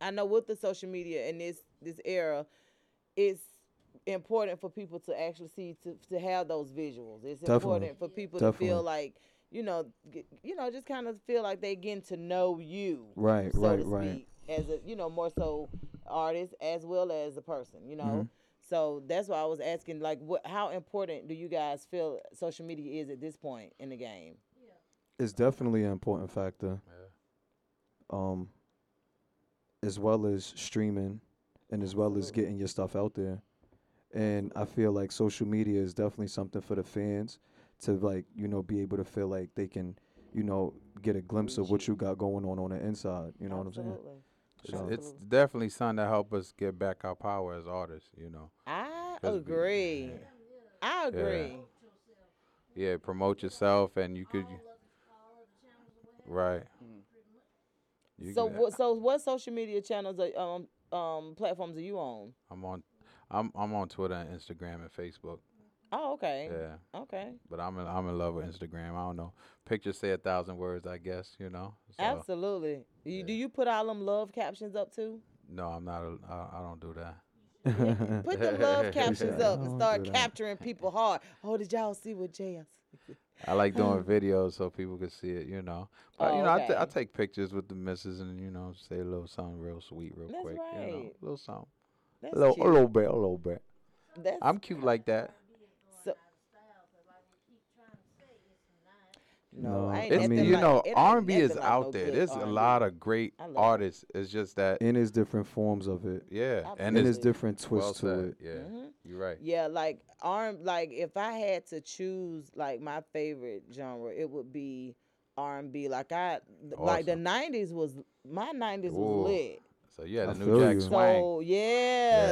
Speaker 4: I know with the social media in this this era, it's important for people to actually see to, to have those visuals. It's
Speaker 7: Definitely.
Speaker 4: important for people to feel
Speaker 7: Definitely.
Speaker 4: like you know, g- you know, just kind of feel like they getting to know you,
Speaker 7: Right,
Speaker 4: so
Speaker 7: right,
Speaker 4: to
Speaker 7: right.
Speaker 4: speak, as a you know more so artist as well as a person, you know.
Speaker 6: Mm-hmm.
Speaker 4: So that's why I was asking, like, what how important do you guys feel social media is at this point in the game?
Speaker 7: It's definitely an important factor. Um, as well as streaming, and as well as getting your stuff out there, and I feel like social media is definitely something for the fans to like you know be able to feel like they can you know get a glimpse of what you got going on on the inside. You know what I'm saying?
Speaker 6: It's, it's definitely something that help us get back our power as artists. You know,
Speaker 4: I
Speaker 6: That's big.
Speaker 4: agree. I agree.
Speaker 6: yeah, promote yourself and you could, right.
Speaker 7: Mm.
Speaker 6: You
Speaker 4: So
Speaker 6: could-
Speaker 4: what? So what social media channels are um um platforms are you on?
Speaker 6: I'm on, I'm I'm on Twitter and Instagram and Facebook.
Speaker 4: Oh, okay.
Speaker 6: Yeah,
Speaker 4: Okay.
Speaker 6: but I'm in, I'm in love with Instagram. I don't know. Pictures say a thousand words, I guess. You know. So,
Speaker 4: Absolutely. You, Do you put all them love captions up too?
Speaker 6: No, I'm not. A, I, I don't do that. [LAUGHS]
Speaker 4: Put the love captions up
Speaker 7: Don't
Speaker 4: and
Speaker 7: do
Speaker 6: Oh,
Speaker 4: start
Speaker 7: that.
Speaker 4: capturing people hard. Oh, did y'all see what JS?
Speaker 6: I like
Speaker 4: [LAUGHS]
Speaker 6: doing videos so people can see it. You know. But you
Speaker 4: Oh,
Speaker 6: know, I, t- I
Speaker 4: okay.
Speaker 6: take pictures with the missus and you know say a little something real sweet, real
Speaker 4: That's
Speaker 6: quick. You know,
Speaker 4: right.
Speaker 6: a little something.
Speaker 4: That's
Speaker 6: A little,
Speaker 4: cute.
Speaker 6: a little bit, a little bit.
Speaker 4: That's
Speaker 6: I'm cute like that.
Speaker 4: so,
Speaker 7: No,
Speaker 4: I ain't
Speaker 6: It's,
Speaker 4: nothing
Speaker 6: you
Speaker 4: like-
Speaker 6: know,
Speaker 4: it ain't
Speaker 6: R and B
Speaker 4: nothing
Speaker 6: is
Speaker 4: like
Speaker 6: out
Speaker 4: no
Speaker 6: there.
Speaker 4: good
Speaker 6: There's a
Speaker 4: R&B.
Speaker 6: lot of great
Speaker 4: I love it.
Speaker 6: artists. It's just
Speaker 7: [LAUGHS]
Speaker 6: that,
Speaker 7: and it's different forms of it,
Speaker 6: yeah, and
Speaker 7: and
Speaker 6: it's
Speaker 7: it's different twists
Speaker 6: well
Speaker 7: to
Speaker 6: said.
Speaker 7: it.
Speaker 6: Yeah,
Speaker 4: Mm-hmm.
Speaker 6: you're right.
Speaker 4: Yeah, like R like if I had to choose like my favorite genre, it would be R and B. Like I like the
Speaker 6: Awesome.
Speaker 4: nineties was my nineties
Speaker 6: Ooh.
Speaker 4: was lit.
Speaker 6: So yeah,
Speaker 7: I
Speaker 6: the new
Speaker 7: feel
Speaker 6: Jack
Speaker 7: you.
Speaker 6: Swang.
Speaker 4: So yeah,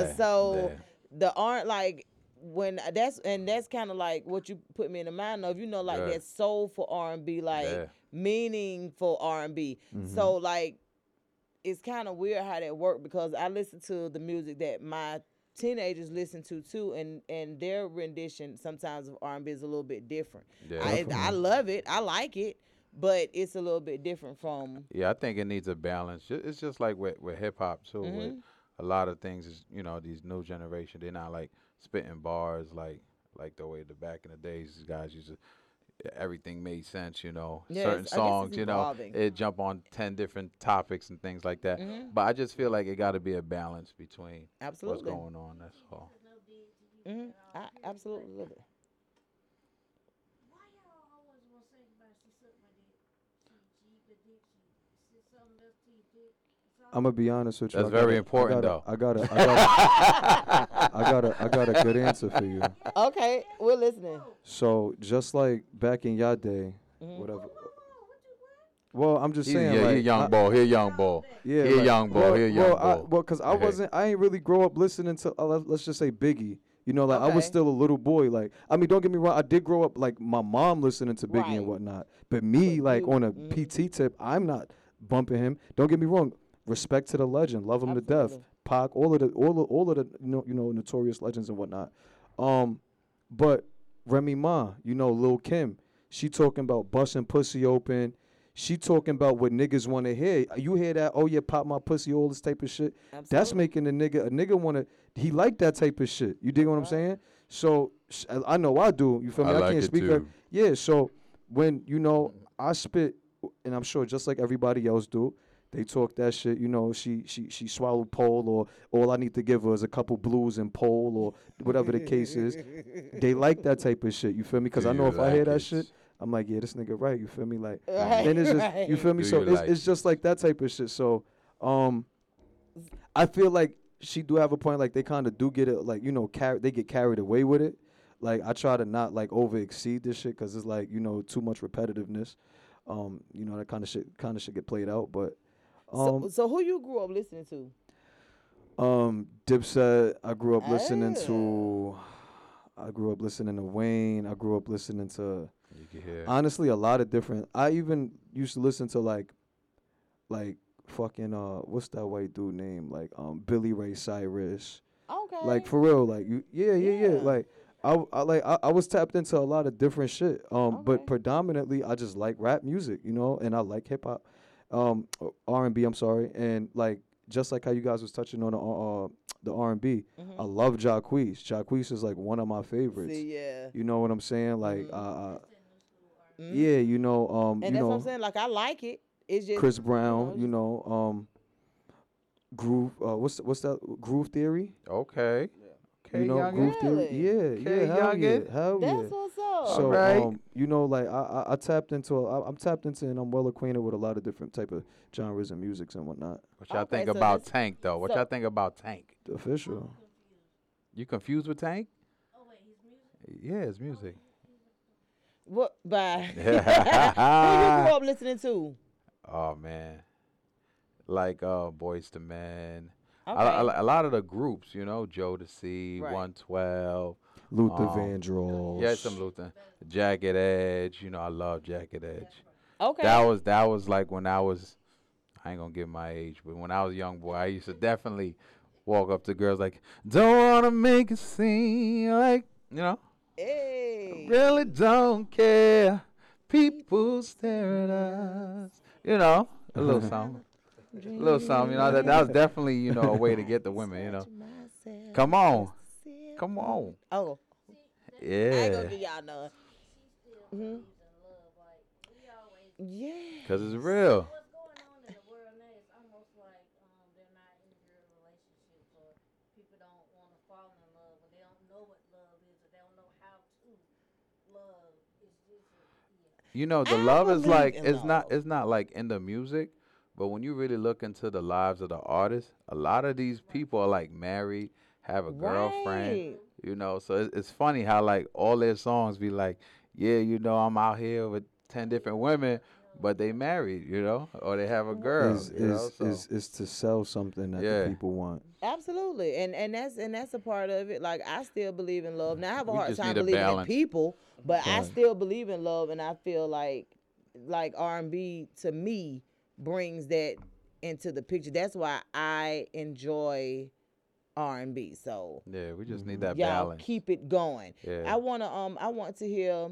Speaker 6: Yeah,
Speaker 4: so
Speaker 6: yeah.
Speaker 4: the art like when I- that's and that's kind of like what you put me in the mind of, you know, like
Speaker 6: Yeah.
Speaker 4: that soulful R and B, like
Speaker 6: Yeah. Mm-hmm.
Speaker 4: meaningful R and B. So like it's kind of weird how that worked because I listen to the music that my teenagers listen to too, and and their rendition sometimes of R and B is a little bit different.
Speaker 6: Yeah.
Speaker 4: I, I love it, I like it, but it's a little bit different from
Speaker 6: Yeah, I think it needs a balance. Ju- It's just like with, with hip hop too. With
Speaker 4: Mm-hmm.
Speaker 6: a lot of things is you know these new generation they're not like spitting bars like like the way the back in the days these guys used to. Everything made sense, you know.
Speaker 4: Yeah, it's- I
Speaker 6: Certain
Speaker 4: guess it's
Speaker 6: songs, you know,
Speaker 4: evolving. Mm-hmm.
Speaker 6: it jump on ten different topics and things like that. But I just feel like it got to be a balance between
Speaker 4: Absolutely.
Speaker 6: what's going on. That's all.
Speaker 4: Mhm. I absolutely love it.
Speaker 9: Why y'all always want to say about she sucked my dick? She, she, the dick, she, she, something else to your dick. It's all
Speaker 7: I'm gonna be honest with you.
Speaker 6: That's
Speaker 7: I got
Speaker 6: very
Speaker 7: a-
Speaker 6: important,
Speaker 7: I got a, I got
Speaker 6: [LAUGHS]
Speaker 7: a, I got a, I got a, I got a good answer for you.
Speaker 4: Okay, we're listening.
Speaker 7: So just like back in your day,
Speaker 4: Mm-hmm.
Speaker 7: whatever. Well, I'm just
Speaker 6: He's,
Speaker 7: saying,
Speaker 6: yeah,
Speaker 7: like,
Speaker 6: he young
Speaker 7: I-
Speaker 6: boy. He a young boy.
Speaker 7: yeah,
Speaker 6: he a
Speaker 7: like-
Speaker 6: young boy.
Speaker 7: Well,
Speaker 6: he a young
Speaker 7: well,
Speaker 6: boy.
Speaker 7: I, well, cause I
Speaker 6: Yeah.
Speaker 7: wasn't, I ain't really grow up listening to, uh, let- let's just say Biggie. You know, like I was
Speaker 4: Okay.
Speaker 7: still a little boy. Like, I mean, don't get me wrong. I did grow up like my mom listening to Biggie
Speaker 4: Right. Mm-hmm.
Speaker 7: and whatnot. But me, like on a PT tip, I'm not bumping him. Don't get me wrong. Respect to the legend. Love him to death.
Speaker 4: Absolutely.
Speaker 7: Pac, all of the, all of, all of the, you know, you know, notorious legends and whatnot. Um, but Remy Ma, you know, Lil Kim, she talking about busting pussy open. She talking about what niggas want to hear. You hear that? Oh yeah, pop my pussy, all this type of shit. That's making a nigga a nigga want to. He like that type of shit. You dig what I'm saying? So sh- I- I know I do. You feel me?
Speaker 6: I
Speaker 7: I,
Speaker 6: like
Speaker 7: can't
Speaker 6: it
Speaker 7: speak. her-
Speaker 6: too.
Speaker 7: Yeah. So when you know I spit, and I'm sure just like everybody else do, they talk that shit. You know, she she she swallowed pole, or all I need to give her is a couple blues and pole, or whatever the case is. They like that type of shit. You feel me? Because
Speaker 6: Do
Speaker 7: I know
Speaker 6: you
Speaker 7: if I hear
Speaker 6: like
Speaker 7: that
Speaker 6: it?
Speaker 7: shit, I'm like, yeah, this nigga right. You feel me? Like,
Speaker 4: Right,
Speaker 7: and it's just you
Speaker 4: right.
Speaker 7: feel me.
Speaker 6: Do
Speaker 7: so
Speaker 6: you
Speaker 7: it's,
Speaker 6: like
Speaker 7: it's
Speaker 6: it?
Speaker 7: just like that type of shit. So, um. I feel like she do have a point. Like they kind of do get it. Like you know, car- they get carried away with it. Like I try to not like over exceed this shit because it's like you know too much repetitiveness. Um, you know that kind of shit kind of shit get played out. But
Speaker 4: So,
Speaker 7: um,
Speaker 4: so who you grew up listening to?
Speaker 7: um, Dipset, I grew up listening to. I grew up listening to Wayne. I grew up listening to
Speaker 6: You can hear.
Speaker 7: honestly a lot of different. I even used to listen to like, like fucking uh, what's that white dude name? Like um, Billy Ray Cyrus.
Speaker 4: Okay.
Speaker 7: Like for real, like you, yeah, yeah, yeah.
Speaker 4: Yeah.
Speaker 7: Like I, w- I like I, I was tapped into a lot of different shit. Um,
Speaker 4: Okay.
Speaker 7: but predominantly I just like rap music, you know, and I like hip hop, um, R and B. I'm sorry, and like just like how you guys was touching on the uh, the R and B. I love Jacquees. Jacquees is like one of my
Speaker 4: Mm-hmm.
Speaker 7: favorites.
Speaker 4: See, yeah.
Speaker 7: You know what I'm saying? Like, uh, uh, yeah, you know, um,
Speaker 4: Mm-hmm. And
Speaker 7: you
Speaker 4: that's
Speaker 7: know,
Speaker 4: what I'm saying. Like I like it. It's just
Speaker 7: Chris Brown, you know, um, groove. Uh, what's what's that groove theory?
Speaker 6: Okay. Okay,
Speaker 7: you know,
Speaker 6: youngin.
Speaker 7: groove
Speaker 4: Really?
Speaker 7: theory. Yeah,
Speaker 6: Okay,
Speaker 7: yeah, hell
Speaker 6: youngin.
Speaker 7: yeah, hell oh, yeah.
Speaker 4: That's what's up.
Speaker 7: So
Speaker 6: Alright.
Speaker 7: um, you know, like I, I, I tapped into a, I, I'm tapped into and I'm well acquainted with a lot of different type of genres and musics and whatnot.
Speaker 6: What y'all
Speaker 4: Okay,
Speaker 6: think
Speaker 4: so
Speaker 6: about
Speaker 4: this-
Speaker 6: Tank though? What
Speaker 4: so-
Speaker 6: y'all think about Tank?
Speaker 7: The official.
Speaker 6: You confused with Tank? Yeah, his music.
Speaker 4: what?
Speaker 7: [LAUGHS]
Speaker 4: Bye. [LAUGHS] Who you grew up listening to?
Speaker 6: Oh man, like uh, Boys to Men. A
Speaker 4: Okay.
Speaker 6: lo- a lo- a lot of the groups, you know, Jodeci,
Speaker 4: Right.
Speaker 6: One Twelve.
Speaker 7: Luther
Speaker 6: Um,
Speaker 7: Vandross.
Speaker 6: Yeah, some Luther. Jacket Edge. You know, I love Jacket Edge.
Speaker 4: Okay.
Speaker 6: That was that was like when I was. I ain't gonna give my age, but when I was a young boy, I used to definitely walk up to girls like, "Don't wanna make a scene," like you know.
Speaker 4: hey.
Speaker 6: Really don't care. People stare at us. You know, a little something. A little something. You know, that, that was definitely, you know, a way to get the women, you know. Come on. Come on.
Speaker 4: Oh, I ain't
Speaker 6: Yeah.
Speaker 4: gonna give y'all none. Mm-hmm. hmm Yeah.
Speaker 6: Because it's real.
Speaker 9: What's going on in the world now is almost like um, they're not in real relationships or people don't want to fall in love or they don't know what love is or they don't know how to love. It's just,
Speaker 6: You know, the
Speaker 4: I
Speaker 6: love is
Speaker 4: believe
Speaker 6: like
Speaker 4: in
Speaker 6: it's not
Speaker 4: love.
Speaker 6: it's not like in the music, but when you really look into the lives of the artists, a lot of these people are like married, have a girlfriend,
Speaker 4: Right.
Speaker 6: you know. So it's, it's funny how like all their songs be like, yeah, you know, I'm out here with ten different women, but they married, you know, or they have a girl,
Speaker 7: is
Speaker 6: you know.
Speaker 7: is,
Speaker 6: So
Speaker 7: is is to sell something that
Speaker 6: Yeah.
Speaker 7: the people want.
Speaker 4: Absolutely, and and that's and that's a part of it. Like I still believe in love. Now I have a
Speaker 6: We
Speaker 4: hard
Speaker 6: just
Speaker 4: time
Speaker 6: need a
Speaker 4: believing in
Speaker 6: balance.
Speaker 4: people, but I still believe in love, and I feel like like R and B to me brings that into the picture. That's why I enjoy R and B. So
Speaker 6: yeah, we just need that
Speaker 4: y'all
Speaker 6: balance.
Speaker 4: keep it going.
Speaker 6: Yeah.
Speaker 4: I wanna um I want to hear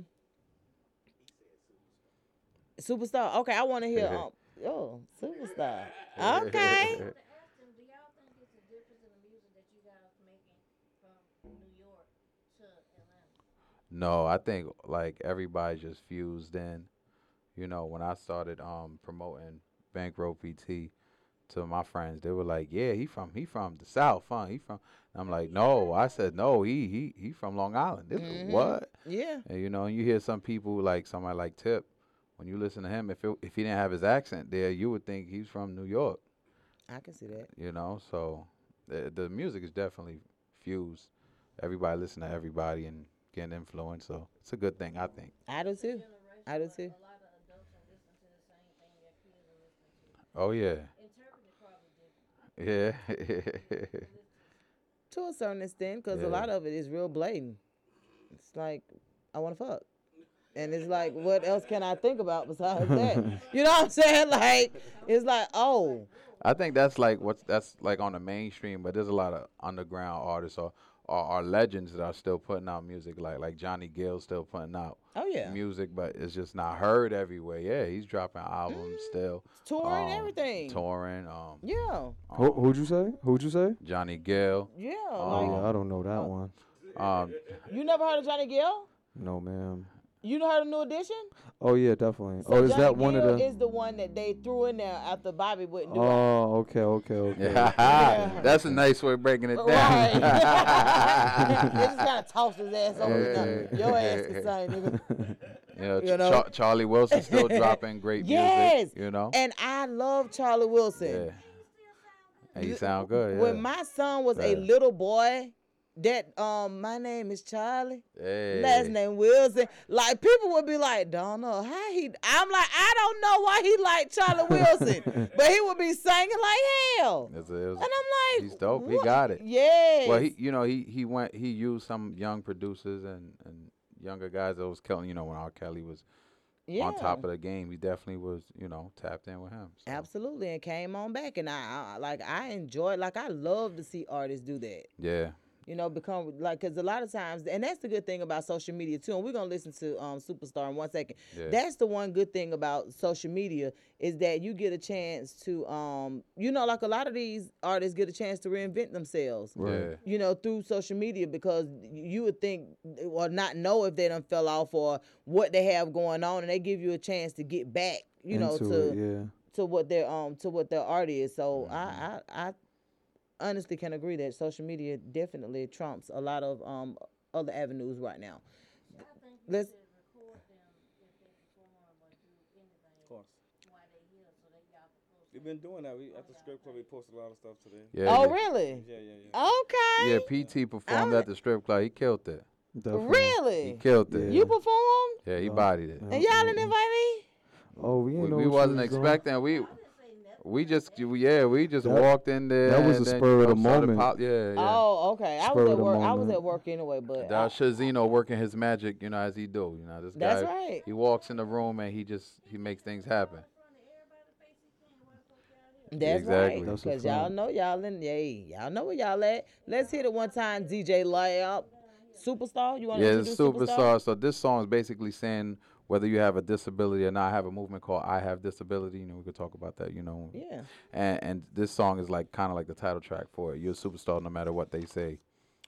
Speaker 4: superstar. Okay, I want to
Speaker 6: [LAUGHS]
Speaker 4: hear um oh superstar. Okay.
Speaker 9: Aston, do y'all think it's a difference in the music that you guys making from New York to Atlanta?
Speaker 6: No, I think like everybody just fused in. You know, when I started um promoting Bankroll PT to my friends, they were like, "Yeah, he from he from the South, huh? He from." And I'm like, "No," I said, "No, he he he from Long Island." This is what?
Speaker 4: Yeah.
Speaker 6: And you know, you hear some people like somebody like Tip. When you listen to him, if it, if he didn't have his accent there, you would think he's from New York.
Speaker 4: I can see that.
Speaker 6: You know, so the, the music is definitely fused. Everybody listen to everybody and getting influenced, so it's a good thing, I think.
Speaker 4: I do too. I do too.
Speaker 6: Oh yeah. Yeah. [LAUGHS]
Speaker 4: To a certain extent, because
Speaker 6: Yeah.
Speaker 4: a lot of it is real blatant. It's like, I want to fuck. And it's like, what else can I think about
Speaker 7: [LAUGHS]
Speaker 4: besides that? you know what I'm saying? [LAUGHS] Like, it's like, oh,
Speaker 6: I think that's like what's that's like on the mainstream, but there's a lot of underground artists or or, or legends that are still putting out music like like Johnny Gill still putting out
Speaker 4: oh yeah.
Speaker 6: music, but it's just not heard everywhere. Yeah, he's dropping albums still.
Speaker 4: touring,
Speaker 6: um,
Speaker 4: everything.
Speaker 6: Touring, um
Speaker 4: Yeah,
Speaker 7: Who, who'd you say? Who'd you say?
Speaker 6: Johnny Gill.
Speaker 4: yeah.
Speaker 7: Oh,
Speaker 4: like,
Speaker 7: yeah, I don't know that one.
Speaker 6: Um
Speaker 4: you never heard of Johnny Gill?
Speaker 7: No, ma'am.
Speaker 4: You heard of New Edition?
Speaker 7: Oh yeah, definitely.
Speaker 4: So
Speaker 7: oh, is
Speaker 4: Johnny
Speaker 7: that one of
Speaker 4: Gill
Speaker 7: the?
Speaker 4: is the one that they threw in there after Bobby wouldn't
Speaker 7: [LAUGHS]
Speaker 4: do it.
Speaker 7: oh, okay, okay, okay.
Speaker 6: [LAUGHS] That's a nice way of breaking it down.
Speaker 4: Right. [LAUGHS] they [LAUGHS] just kind of tossed his ass over. the dump.
Speaker 6: Yeah.
Speaker 4: Your ass is saying, nigga.
Speaker 6: [LAUGHS] You know,
Speaker 4: You
Speaker 6: Ch-
Speaker 4: know?
Speaker 6: Char- Charlie Wilson still dropping
Speaker 4: [LAUGHS]
Speaker 6: great
Speaker 4: Yes.
Speaker 6: music. You know?
Speaker 4: And I love Charlie Wilson.
Speaker 6: yeah. And he sound good.
Speaker 4: When
Speaker 6: yeah.
Speaker 4: my son was a
Speaker 6: Yeah.
Speaker 4: little boy, that um my name is Charlie.
Speaker 6: Hey.
Speaker 4: Last name Wilson. Like people would be like, don't know how he I'm like, I don't know why he like
Speaker 6: [LAUGHS]
Speaker 4: Charlie Wilson. but he would be singing like hell.
Speaker 6: It's a- it was-
Speaker 4: And I'm like
Speaker 6: he's dope. He
Speaker 4: what-
Speaker 6: got it.
Speaker 4: Yes.
Speaker 6: Well, he, you know, he he went. He used some young producers and and younger guys that was killing. You know, when R. Kelly was
Speaker 4: yeah.
Speaker 6: on top of the game, he definitely was. You know, tapped in with him. So,
Speaker 4: Absolutely, and came on back, and I, I like I enjoy, like I love to see artists do that.
Speaker 6: Yeah,
Speaker 4: You know, become like because a lot of times, and that's the good thing about social media too. And we're gonna listen to um, Superstar in one second.
Speaker 6: Yeah.
Speaker 4: That's the one good thing about social media is that you get a chance to, um, you know, like a lot of these artists get a chance to reinvent themselves
Speaker 6: Yeah.
Speaker 4: you know, through social media because y- you would think or not know if they done fell off or what they have going on, and they give you a chance to get back, you know,
Speaker 7: Into
Speaker 4: to
Speaker 7: it, yeah.
Speaker 4: to what their um to what their art is. So I,
Speaker 6: Mm-hmm.
Speaker 4: I I honestly can agree that social media definitely trumps a lot of um other avenues right now. Let's
Speaker 8: We've been doing that. We at the script club we posted a lot of stuff today.
Speaker 6: Yeah.
Speaker 4: oh
Speaker 6: yeah.
Speaker 4: really?
Speaker 8: Yeah, yeah, yeah.
Speaker 4: Okay,
Speaker 6: Yeah, PT performed at the strip club. He killed that.
Speaker 7: Definitely.
Speaker 6: He Mm-hmm.
Speaker 4: really.
Speaker 6: killed that.
Speaker 4: You performed
Speaker 6: Yeah, he bodied it.
Speaker 4: and y'all didn't invite me.
Speaker 7: Oh, we Oh. didn't know
Speaker 6: We, we
Speaker 7: what you
Speaker 6: wasn't
Speaker 7: was doing.
Speaker 6: expecting. We we just yeah we just
Speaker 7: That-
Speaker 6: walked in there.
Speaker 7: that was
Speaker 6: and
Speaker 7: the
Speaker 6: then,
Speaker 7: spur
Speaker 6: you
Speaker 7: of
Speaker 6: know,
Speaker 7: the
Speaker 6: started
Speaker 7: moment.
Speaker 6: pop- yeah, yeah.
Speaker 4: Oh, okay. I
Speaker 7: Spur
Speaker 4: was
Speaker 7: of
Speaker 4: at
Speaker 7: the
Speaker 4: work. I was
Speaker 7: moment.
Speaker 4: at work anyway, but I-
Speaker 6: That Shazino working his magic, you know, as he do. You know, this
Speaker 4: That's
Speaker 6: guy.
Speaker 4: right.
Speaker 6: He walks in the room and he just he makes things happen.
Speaker 4: That's
Speaker 6: Exactly.
Speaker 4: right.
Speaker 6: That's
Speaker 7: a
Speaker 4: Because y'all
Speaker 7: fact.
Speaker 4: know y'all in yay. Y'all know where y'all at. Let's hit it one time, DJ Layup. Superstar. You want to
Speaker 6: Yeah, it's
Speaker 4: introduce Superstar?
Speaker 6: superstar. So this song is basically saying whether you have a disability or not. I have a movement called I Have Disability. You know, we could talk about that. You know.
Speaker 4: Yeah.
Speaker 6: And and this song is like kind of like the title track for it. You're a superstar no matter what they say.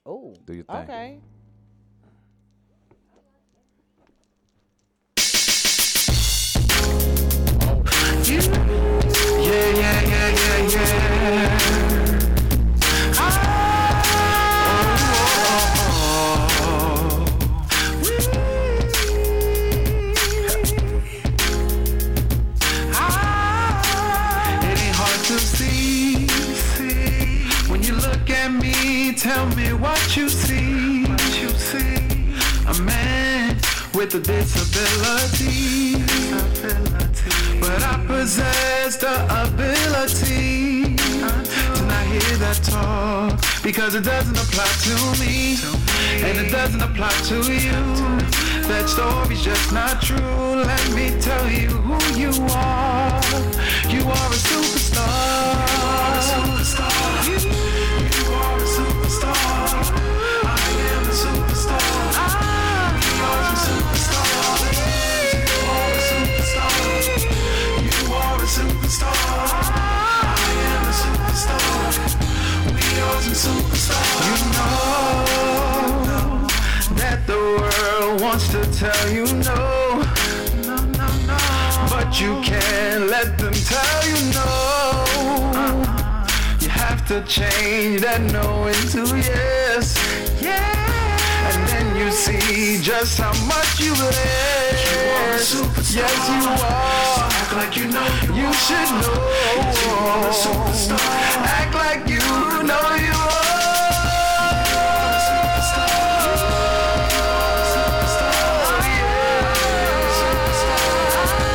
Speaker 4: Oh.
Speaker 6: Do your thing.
Speaker 4: Okay.
Speaker 5: Yeah, yeah, yeah, yeah, yeah. Oh, oh, oh. It ain't hard to see, see. When you look at me, tell me what you see. What you see. A man with a disability. But I possess the ability to not hear that talk because it doesn't apply to me and it doesn't apply to you. That story's just not true. Let me tell you who you are. You are a superstar. You are a superstar. I am a superstar. You are a superstar. You are a superstar. You are a superstar. I am a superstar. We are some superstars. You know that the world wants to tell you no. No, no, no. But you can't let them tell you no. You have to change that no into yes. Yeah. And then you see just how much you bless. Yes, you are. act like you know you, should know. Act like you know you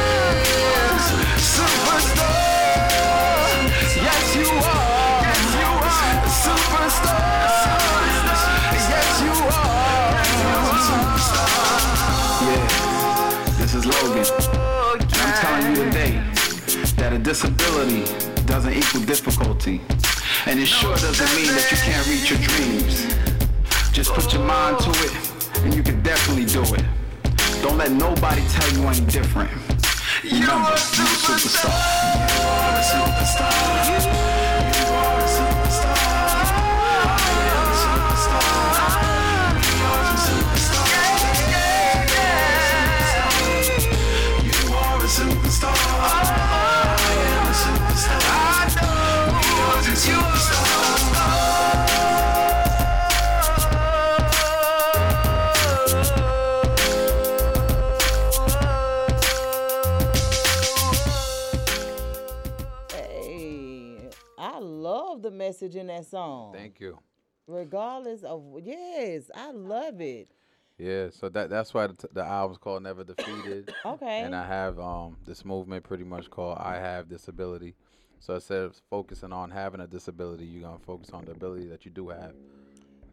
Speaker 5: are. Superstar. Yes, you are. Yes, you are. Superstar. Yes, you are. Yeah, this is Logan. And I'm telling you today that a disability doesn't equal difficulty. And it sure doesn't mean that you can't reach your dreams. Just put your mind to it, and you can definitely do it. Don't let nobody tell you any different. You're a superstar. You're a superstar. You are a superstar. You are a superstar. You are a superstar. You are a superstar. I am a superstar. I know you are a
Speaker 4: Hey. I love the message in that song.
Speaker 6: Thank you.
Speaker 4: Regardless of yes, I love it.
Speaker 6: Yeah, so that that's why the, t- the album's called Never Defeated.
Speaker 4: [COUGHS] Okay.
Speaker 6: And I have um this movement pretty much called I Have Disability. So instead of focusing on having a disability, you're gonna focus on the ability that you do have.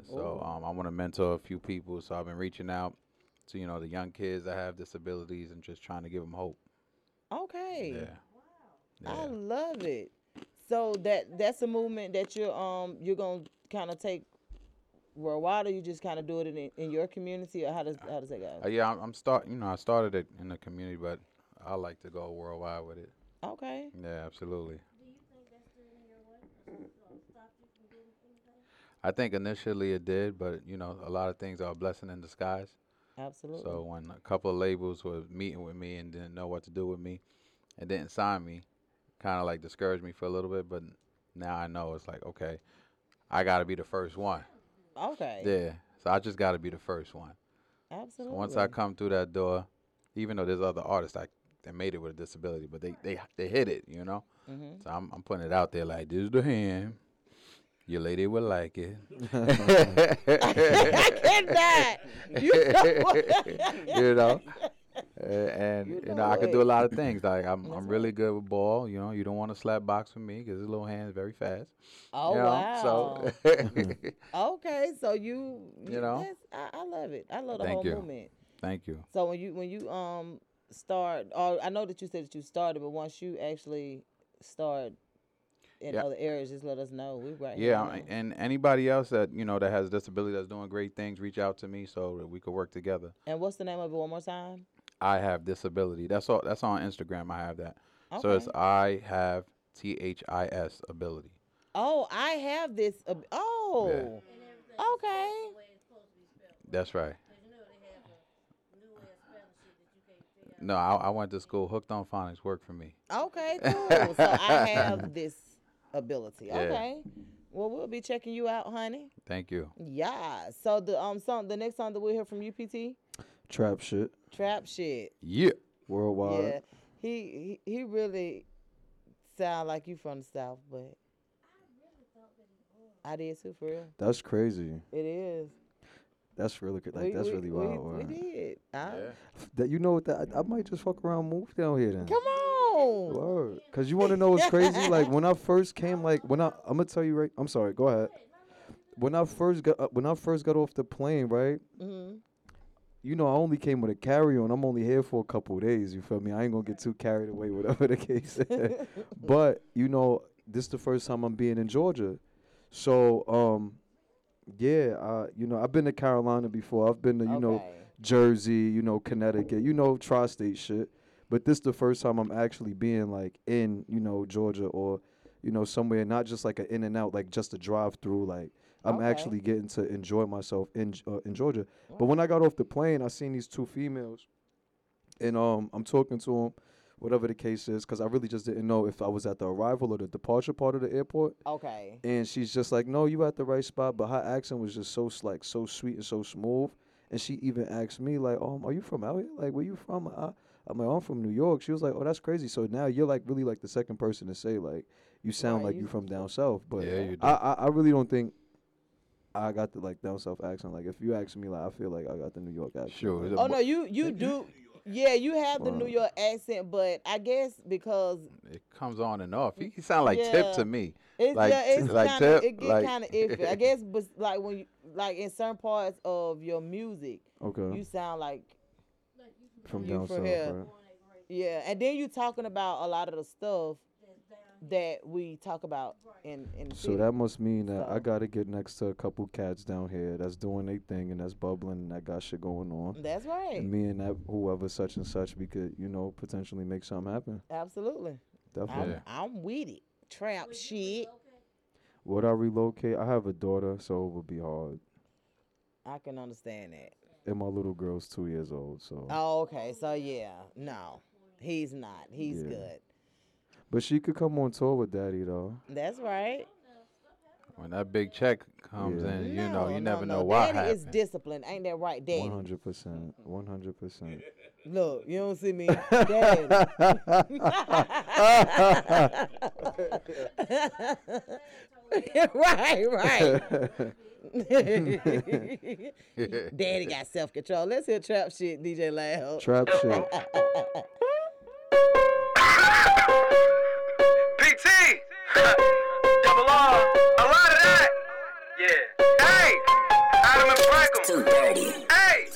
Speaker 6: So
Speaker 4: Oh.
Speaker 6: um, I want to mentor a few people. So I've been reaching out to you know the young kids that have disabilities and just trying to give them hope.
Speaker 4: Okay.
Speaker 6: Yeah.
Speaker 4: I love it. So that that's a movement that you're um you're gonna kind of take Rwanda, you just kind of do it in in your community, or how does how does that go?
Speaker 6: Uh, yeah, I'm, I'm start. You know, I started it in the community, but I like to go worldwide with it.
Speaker 4: Okay.
Speaker 6: Yeah, absolutely.
Speaker 9: Do you think that's still in your way? Or Stop you from getting anything?
Speaker 6: I think initially it did, but you know, a lot of things are a blessing in disguise.
Speaker 4: Absolutely.
Speaker 6: So when a couple of labels were meeting with me and didn't know what to do with me, and didn't sign me, kind of like discouraged me for a little bit. But now I know it's like okay, I got to be the first one.
Speaker 4: okay.
Speaker 6: Yeah. So I just got to be the first one.
Speaker 4: Absolutely.
Speaker 6: Once I come through that door, even though there's other artists I that made it with a disability, but they they they hit it, you know. So I'm I'm putting it out there like this is the hand. Your lady will like it.
Speaker 4: I
Speaker 6: [LAUGHS]
Speaker 4: cannot. You know what?
Speaker 6: you know. Uh, and you know, I could do a
Speaker 4: it.
Speaker 6: lot of things. Like I'm, I'm really good with ball. You know, you don't want to slap box with me because his little hand's very fast.
Speaker 4: Oh
Speaker 6: you know?
Speaker 4: wow.
Speaker 6: So
Speaker 4: okay, so you
Speaker 6: [LAUGHS]
Speaker 4: you,
Speaker 6: know?
Speaker 4: know I, I love it. I love the
Speaker 6: Thank
Speaker 4: whole
Speaker 6: you.
Speaker 4: movement.
Speaker 6: [LAUGHS] thank you.
Speaker 4: So when you when you um start, or I know that you said that you started, but once you actually start in
Speaker 6: Yeah.
Speaker 4: other areas, just let us know. We right here.
Speaker 6: Yeah,
Speaker 4: you
Speaker 6: I-
Speaker 4: know.
Speaker 6: and anybody else that you know that has a disability that's doing great things, reach out to me so that we could work together.
Speaker 4: And what's the name of it one more time?
Speaker 6: I have disability. That's all. That's on Instagram. I have that. So it's
Speaker 4: Okay.
Speaker 6: I have T H I S ability.
Speaker 4: Oh, I have this. ab- oh, okay.
Speaker 6: That's right.
Speaker 9: You know they have a new ass spelling shit that you can't figure out.
Speaker 6: No, I, I went to school. Hooked on phonics worked for me. [LAUGHS]
Speaker 4: Okay, cool. so I have this ability. Okay. Well, we'll be checking you out, honey.
Speaker 6: Thank you.
Speaker 4: Yeah. So the um song, the next song that we'll hear from UPT,
Speaker 7: Trap shit.
Speaker 4: trap shit.
Speaker 6: Yeah.
Speaker 7: Worldwide.
Speaker 4: Yeah. He, he he really sound like you from the south, but I did too for real.
Speaker 7: That's crazy.
Speaker 4: It is.
Speaker 7: That's really good. Like
Speaker 4: We-
Speaker 7: that's
Speaker 4: we-
Speaker 7: really
Speaker 4: we-
Speaker 7: wild.
Speaker 4: We,
Speaker 7: word.
Speaker 4: did. I,
Speaker 7: That you know what? That I, I might just fuck around, and move down here then.
Speaker 4: Come on.
Speaker 7: Word. Cause you want to know what's crazy? Like when I first came, like when I, I'm gonna tell you right. I'm sorry. Go ahead. When I first got, uh, when I first got off the plane, right?
Speaker 4: Mhm.
Speaker 7: You know, I only came with a carry on. I'm only here for a couple of days. You feel me? I ain't gonna get too carried away, whatever the case. is. but you know, this the first time I'm being in Georgia, so um, yeah. Uh, you know, I've been to Carolina before. I've been to you know
Speaker 4: Okay.
Speaker 7: Jersey, you know, Connecticut, you know, tri-state shit. But this the first time I'm actually being like in, you know, Georgia or, you know, somewhere not just like an in and out, like just a drive through. Like I'm
Speaker 4: Okay.
Speaker 7: actually getting to enjoy myself in G- uh, in Georgia. But when I got off the plane, I seen these two females, and um, I'm talking to them, whatever the case is, because I really just didn't know if I was at the arrival or the departure part of the airport
Speaker 4: Okay.
Speaker 7: and she's just like, "No, you at the right spot." But her accent was just so s- like so sweet and so smooth. And she even asked me like, "Um, are you from out here? Like, where you from?" I, I'm like, "I'm from New York." She was like, "Oh, that's crazy." So now you're like really like the second person to say like you sound
Speaker 4: Right,
Speaker 7: like
Speaker 4: you-
Speaker 7: you from down south. But
Speaker 6: Yeah, you do.
Speaker 7: I, I I really don't think I got the like down south accent. Like if you ask me, like I feel like I got the New York accent.
Speaker 6: Sure.
Speaker 7: Like,
Speaker 4: Oh no, you you do. Yeah, you have the New York accent, but I guess because
Speaker 6: It comes on and off. He, he sound like Tip
Speaker 4: Yeah.
Speaker 6: to me.
Speaker 4: it's
Speaker 6: like
Speaker 4: yeah, it's
Speaker 6: like
Speaker 4: kind of
Speaker 6: Tip.
Speaker 4: it get
Speaker 7: [LAUGHS]
Speaker 6: like,
Speaker 4: kind of iffy.
Speaker 6: [LAUGHS]
Speaker 4: I guess, but like when you like in certain parts of your music,
Speaker 7: okay,
Speaker 4: you sound like
Speaker 7: from
Speaker 4: you
Speaker 7: down
Speaker 4: from
Speaker 7: south.
Speaker 4: here.
Speaker 7: Right?
Speaker 4: yeah, and then you talking about a lot of the stuff that we talk about in in the
Speaker 7: So
Speaker 4: city.
Speaker 7: that must mean that I
Speaker 4: So-
Speaker 7: gotta get next to a couple cats down here that's doing their thing and that's bubbling and that got shit going on.
Speaker 4: That's right.
Speaker 7: and me and that whoever such and such we could you know potentially make something happen
Speaker 4: Absolutely. I'm,
Speaker 7: definitely
Speaker 6: Yeah.
Speaker 4: I'm with it. Trap shit.
Speaker 7: would i relocate i have a daughter so it would be hard
Speaker 4: I can understand that.
Speaker 7: and my little girl's two years old so
Speaker 4: Oh, okay. So yeah, no, he's not. He's good.
Speaker 7: but she could come on tour with daddy though
Speaker 4: That's right.
Speaker 6: when that big check comes
Speaker 7: Yeah.
Speaker 6: in, you know, you never know what
Speaker 4: Daddy
Speaker 6: happened.
Speaker 4: is disciplined. Ain't that right, Daddy?
Speaker 7: 100% 100%
Speaker 4: Look, you don't see me, Daddy. [LAUGHS] right, right. Daddy got self control. Let's hear trap shit, DJ Loud. [LAUGHS]
Speaker 7: trap shit
Speaker 10: PT. [LAUGHS] Double R. A lot of that. Yeah. Hey. Adam and Franklin. Hey.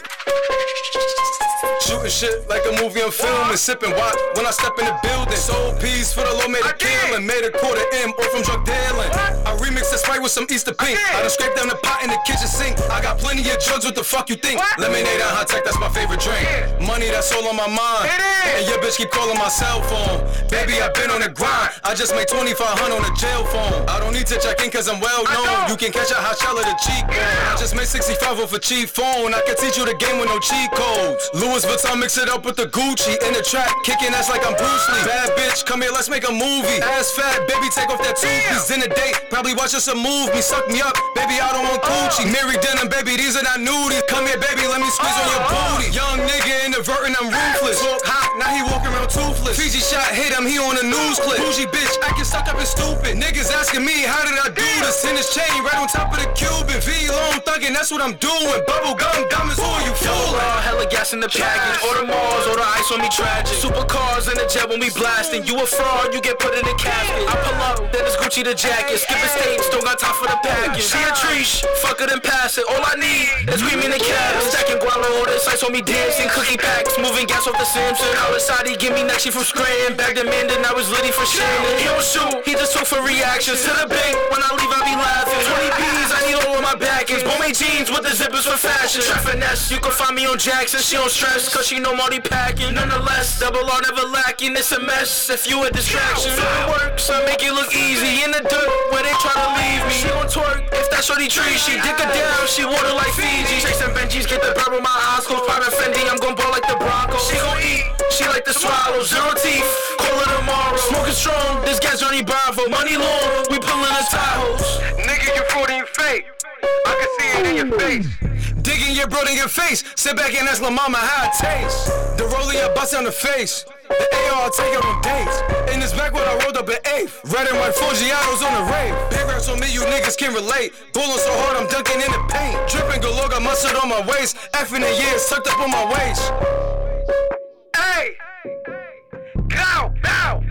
Speaker 3: Shooting shit like a movie I'm filming, sipping wop when I step in the building. Sold peas for the low, made
Speaker 10: I
Speaker 3: a
Speaker 10: did.
Speaker 3: killing, made a quarter M, or from drug dealing. I remix that Sprite with some Easter pink. I done scraped down the pot in the kitchen sink. I got plenty of drugs, what the fuck you think? Lemonade and hot tech, that's my favorite drink. Money, that's all on my mind. And your bitch keep calling my cell phone. Baby, I've been on the grind. I just made 2500 on a jail phone. I don't need to check in cause I'm well known. You can catch a hot shell of the cheekbone. I just made 65 off a cheap phone. I can teach you the game with no cheat codes. Louis Vuitton mix it up with the Gucci. In the trap, kicking ass like I'm Bruce Lee. Bad bitch, come here, let's make a movie. Ass fat, baby, take off that two piece. In a date, probably watch us a movie. Suck me up, baby, I don't want coochie. Mary Denim, baby, these are not nudies. Come here, baby, let me squeeze on your booty. Young nigga, inadvertent, I'm ruthless. Look hot, now he walking around toothless. Fiji shot hit him, he on the news clip. Bougie bitch, acting stuck up and stupid. Niggas asking me, how did I do this? In this chain, right on top of the Cuban. V long thuggin', that's what I'm doing. Bubble gum, diamonds, who are you fooling? hella gas in the package. Order Mars, order ice on me, tragic. Supercars in the jet when we blasting. You a fraud, you get put in the casket. I pull up, then it's Gucci the jacket. Skip the states, don't got time for the package. She a treesh, fuck it and pass it. All I need is cream in the cat. Stacking guano, all this ice on me dancing. Cookie packs, moving gas off the Simpson. Outside, give me next, she from Scranton. Back to Mandan, I was litty for Shannon. He don't shoot, he just took for reactions. To the bank, when I leave, I be laughing. 20 B's, I need all of my back ends. Bone jeans with the zippers for fashion. Trap finesse, you can find me on Jackson. She don't stress, cause she know Marty packing. Nonetheless, double R never lacking. It's a mess if you a distraction. Feel work, so make it look easy. In the dirt, where they try to leave me. She don't twerk, if that's what he treats. She dick her down, she water like Fiji. Chase and Benji's get the bird with my eyes closed. Private Fendi, I'm gon' ball like the Broncos. She gon' eat, she like to swallow. Zero teeth, call her tomorrow. Smoking strong, this guy's Johnny Bravo. Money long, we pulling the Tahoes. Nigga, you frauding fake. I can see it in your face. Digging your broad in your face. Sit back and ask La Mama how it tastes. The rollie I bust on the face. The AR I take her on dates. In this backwood, I rolled up an eighth. Red and white Fugiatos on the rave. Big raps on me, you niggas can relate. Bowling so hard, I'm dunking in the paint. Dripping galore, got mustard on my waist. F in the years, tucked up on my waist. Hey! Go! Bow!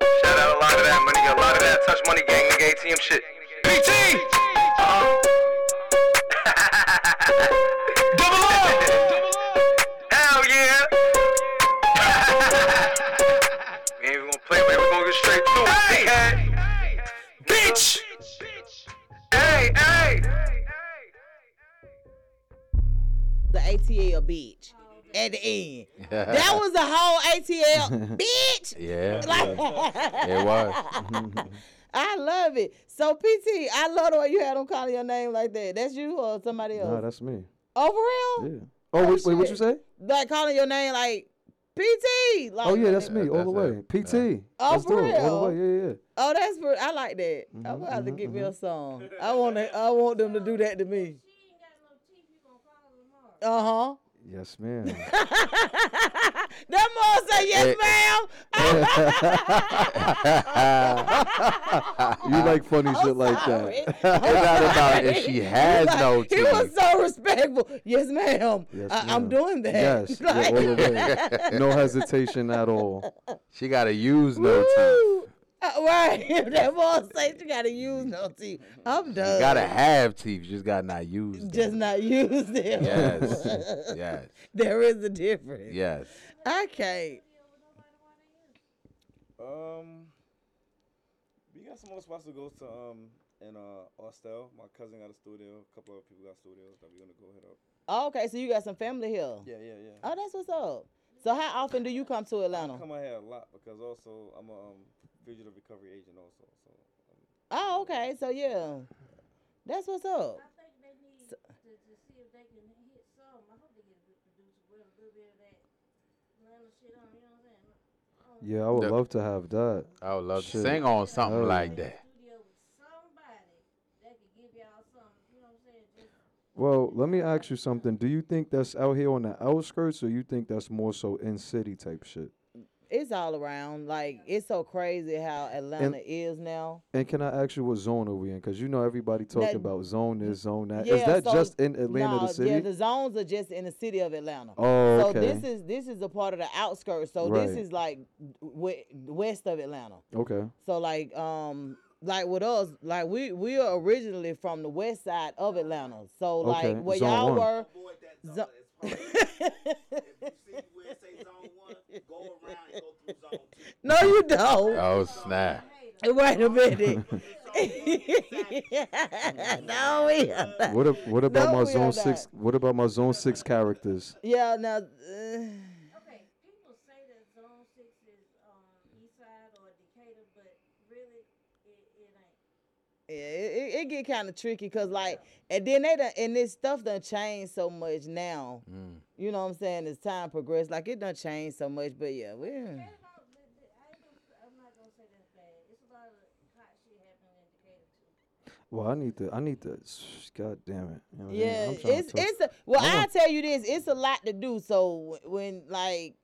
Speaker 3: Shout out a lot of that money, a lot of that touch money gang nigga ATM shit. BT. Uh-huh. Double up. Hell yeah. we ain't even gonna play, man. We gonna get straight to it. Hey, bitch. Hey, hey.
Speaker 4: The ATL bitch at the end. That was the whole
Speaker 7: [LAUGHS]
Speaker 4: ATL bitch.
Speaker 6: Yeah,
Speaker 4: [LAUGHS] Like,
Speaker 6: it was. [LAUGHS]
Speaker 4: I love it. So PT, I love the way you had them calling your name like that. That's you or somebody else?
Speaker 7: Nah, that's me.
Speaker 4: oh, for
Speaker 7: Yeah.
Speaker 4: real?
Speaker 7: Oh, wait,
Speaker 4: shit.
Speaker 7: wait, what you say?
Speaker 4: Like calling your name like PT. Like,
Speaker 7: Oh yeah, that's me, all
Speaker 6: that's
Speaker 7: the way.
Speaker 6: it.
Speaker 7: PT.
Speaker 4: Oh,
Speaker 7: Let's
Speaker 4: for
Speaker 7: do it, all the
Speaker 4: real?
Speaker 7: way. Yeah, yeah.
Speaker 4: Oh, that's for I like that. I'm about to give me a song. I want to, I want them to do that to me. Uh huh. [LAUGHS]
Speaker 7: Yes, man.
Speaker 4: That mom said yes,
Speaker 6: Eh.
Speaker 4: ma'am.
Speaker 7: you like funny shit like [LAUGHS]
Speaker 4: sorry.
Speaker 7: that.
Speaker 6: It's not about if she has
Speaker 4: Like,
Speaker 6: no
Speaker 4: He
Speaker 6: teeth.
Speaker 4: was so respectful. Yes, ma'am.
Speaker 7: Yes,
Speaker 4: I, am
Speaker 7: ma'am.
Speaker 4: doing that. [LAUGHS]
Speaker 7: Yes, yeah,
Speaker 4: Like,
Speaker 7: all the
Speaker 4: [LAUGHS]
Speaker 7: way. No hesitation at all.
Speaker 6: she gotta use no teeth.
Speaker 4: woo. Uh, right. [LAUGHS] that mom said you gotta use no teeth. I'm done.
Speaker 6: You gotta have teeth. You just gotta not use them.
Speaker 4: Just not use them. [LAUGHS]
Speaker 6: yes, yes,
Speaker 4: There is a difference.
Speaker 6: yes.
Speaker 4: I can't.
Speaker 8: Um, we got some more spots to go to. Um, in uh, Austell, my cousin got a studio. A couple of people got studios that we're gonna go hit up.
Speaker 4: Oh, okay, so you got some family here.
Speaker 8: Yeah, yeah, yeah.
Speaker 4: Oh, that's what's up. So how often do you come to Atlanta?
Speaker 8: come out here a lot because also I'm a um, fugitive recovery agent also. So
Speaker 4: Oh, okay. So yeah, that's what's up.
Speaker 9: I think they need to, to see if they can hit some. I hope they get a good producer with a little bit of that Atlanta shit on, you know what I'm saying?
Speaker 7: Yeah, I would
Speaker 6: Yep.
Speaker 7: love to have that.
Speaker 6: I would love to
Speaker 7: Shit.
Speaker 6: sing on
Speaker 7: Oh.
Speaker 6: something like that.
Speaker 9: Studio with somebody that could give y'all something, you know what I'm saying? Just
Speaker 7: Well, let me ask you something. Do you think that's out here on the outskirts, or you think that's more so in city type shit?
Speaker 4: It's all around. Like it's so crazy how Atlanta is now.
Speaker 7: And can I ask you what zone are we in? Because you know everybody talking
Speaker 4: That-
Speaker 7: about zone this, zone that. Is
Speaker 4: Yeah,
Speaker 7: that
Speaker 4: so-
Speaker 7: just in Atlanta,
Speaker 4: Nah,
Speaker 7: the city?
Speaker 4: Yeah, the zones are just in the city of Atlanta.
Speaker 7: Oh,
Speaker 4: So
Speaker 7: okay.
Speaker 4: this is this is a part of the outskirts. So this
Speaker 7: Right.
Speaker 4: is like we- west of Atlanta.
Speaker 7: okay.
Speaker 4: So like um like with us, like we we are originally from the west side of Atlanta. So like
Speaker 7: Okay,
Speaker 4: where
Speaker 7: zone
Speaker 4: y'all
Speaker 7: one.
Speaker 4: were. zo- [LAUGHS]
Speaker 1: Zone one, go around and go through
Speaker 4: No, you don't.
Speaker 7: Uh,
Speaker 6: Oh snap!
Speaker 4: [LAUGHS] Wait a minute. [LAUGHS] no, we are not.
Speaker 7: What, ab- what
Speaker 4: [LAUGHS]
Speaker 7: about
Speaker 4: No,
Speaker 7: my
Speaker 4: we are
Speaker 7: zone
Speaker 4: not.
Speaker 7: six? What about my zone six characters?
Speaker 4: Yeah, now. Uh,
Speaker 9: Okay, people say that Zone Six is um, East Side or Decatur, but really, it, it ain't.
Speaker 4: Yeah, it, it, it get kind of tricky because like, and then they done, and this stuff done changed so much now. You know what I'm saying? As time progressed, like it done changed so much. But yeah, we.
Speaker 9: It's a lot- th- th- I ain't gonna- I'm not gonna say that's bad. It's a lot of hot shit happening in Decatur too.
Speaker 7: Well, I need to. I need to. God damn it. You know what I mean?
Speaker 4: Yeah,
Speaker 7: I'm trying
Speaker 4: it's
Speaker 7: to-
Speaker 4: it's a, well.
Speaker 7: I'm
Speaker 4: I
Speaker 7: gonna-
Speaker 4: tell you this, it's a lot to do. So wh- when like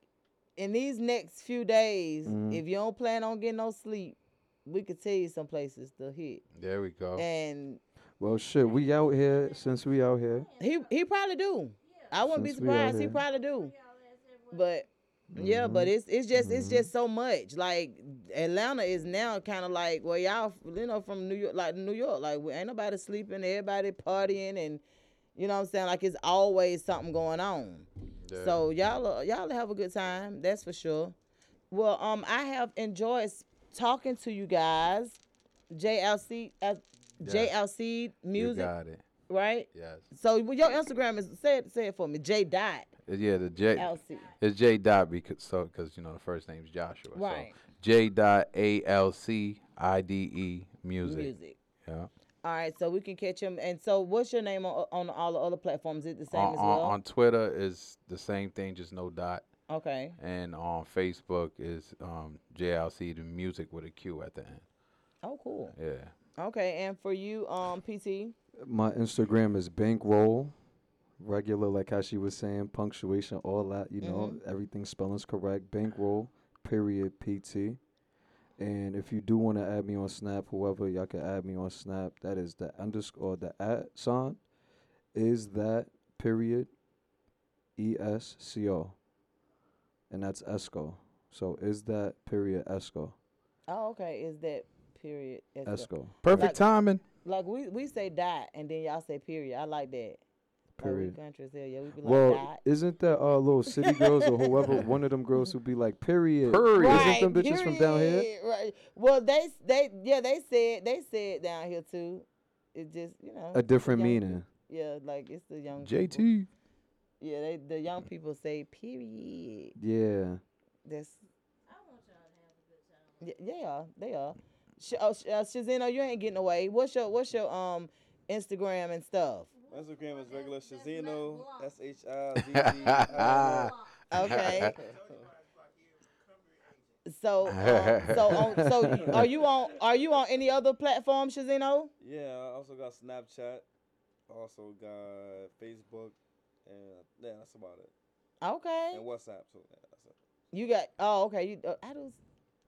Speaker 4: in these next few days, if you don't plan on getting no sleep, we could tell you some places to hit.
Speaker 6: There we go.
Speaker 4: And
Speaker 7: Well, shit, we out here since we out here.
Speaker 4: he he probably do. I wouldn't be
Speaker 7: Since we out
Speaker 4: surprised. He
Speaker 7: here.
Speaker 4: probably do. But yeah, but it's it's just it's just so much. Like Atlanta is now kind of like well y'all f- you know from New York like New York like we ain't nobody sleeping, everybody partying and you know what I'm saying like it's always something going on. So y'all uh, y'all have a good time, that's for sure. Well, um I have enjoyed s- talking to you guys. JLC uh, JLC
Speaker 6: you
Speaker 4: music,
Speaker 6: got it.
Speaker 4: right?
Speaker 6: Yes.
Speaker 4: So well, your Instagram is say it, say it for me. J dot
Speaker 6: Uh, Yeah, the J.
Speaker 4: LC.
Speaker 6: It's J dot because so because you know the first name's Joshua.
Speaker 4: Right.
Speaker 6: So J dot A L C I D E music.
Speaker 4: Music.
Speaker 6: Yeah.
Speaker 4: All right, so we can catch him. And so, what's your name on on all the other platforms? Is it the same
Speaker 6: on,
Speaker 4: as
Speaker 6: on,
Speaker 4: well?
Speaker 6: on Twitter is the same thing, just no dot.
Speaker 4: okay.
Speaker 6: And on Facebook is um, JLC the music with a Q at the end.
Speaker 4: Oh, cool.
Speaker 6: Yeah.
Speaker 4: Okay, and for you, um, PT.
Speaker 7: My Instagram is bankroll, regular like how she was saying, punctuation, all that. You know, everything spelling's correct. Bankroll, period, PT. And if you do want to add me on Snap, whoever y'all can add me on Snap, that is the underscore the at sign, is that period, E S C O, and that's Esco. So is that period Esco?
Speaker 4: Oh, okay. Is that period? as well?
Speaker 7: Esco.
Speaker 6: Perfect
Speaker 4: Like-
Speaker 6: timing.
Speaker 4: Like we we say dot, and then y'all say period. I like that.
Speaker 7: Period.
Speaker 4: Like we country as hell, yeah. We be like
Speaker 7: Well,
Speaker 4: dot.
Speaker 7: isn't that uh, little city girls or whoever one of them girls who be like period?
Speaker 6: Period.
Speaker 7: Isn't them bitches from down here?
Speaker 4: period, Right. Well, they s- they yeah they said they said down here too. It just you know
Speaker 7: A different
Speaker 4: young-
Speaker 7: meaning.
Speaker 4: Yeah, like it's the young people.
Speaker 6: JT.
Speaker 4: Yeah, they, the young people say period. [LAUGHS]
Speaker 7: Yeah.
Speaker 4: That's. I want y'all to have a good time. Yeah, they are. They are. Sh- oh, Sh- uh, Shazino, you ain't getting away. What's your What's your um Instagram and stuff?
Speaker 8: Instagram is regular Shazino. S H I Z E Z. I
Speaker 4: Okay. so um, so on, so you- are you on Are you on any other platform, Shazino?
Speaker 8: Yeah, I also got Snapchat. Also got Facebook, and yeah, that's about it.
Speaker 4: Okay.
Speaker 8: And WhatsApp too. Yeah, that's it.
Speaker 4: You got. Oh, okay. You. Uh, I was.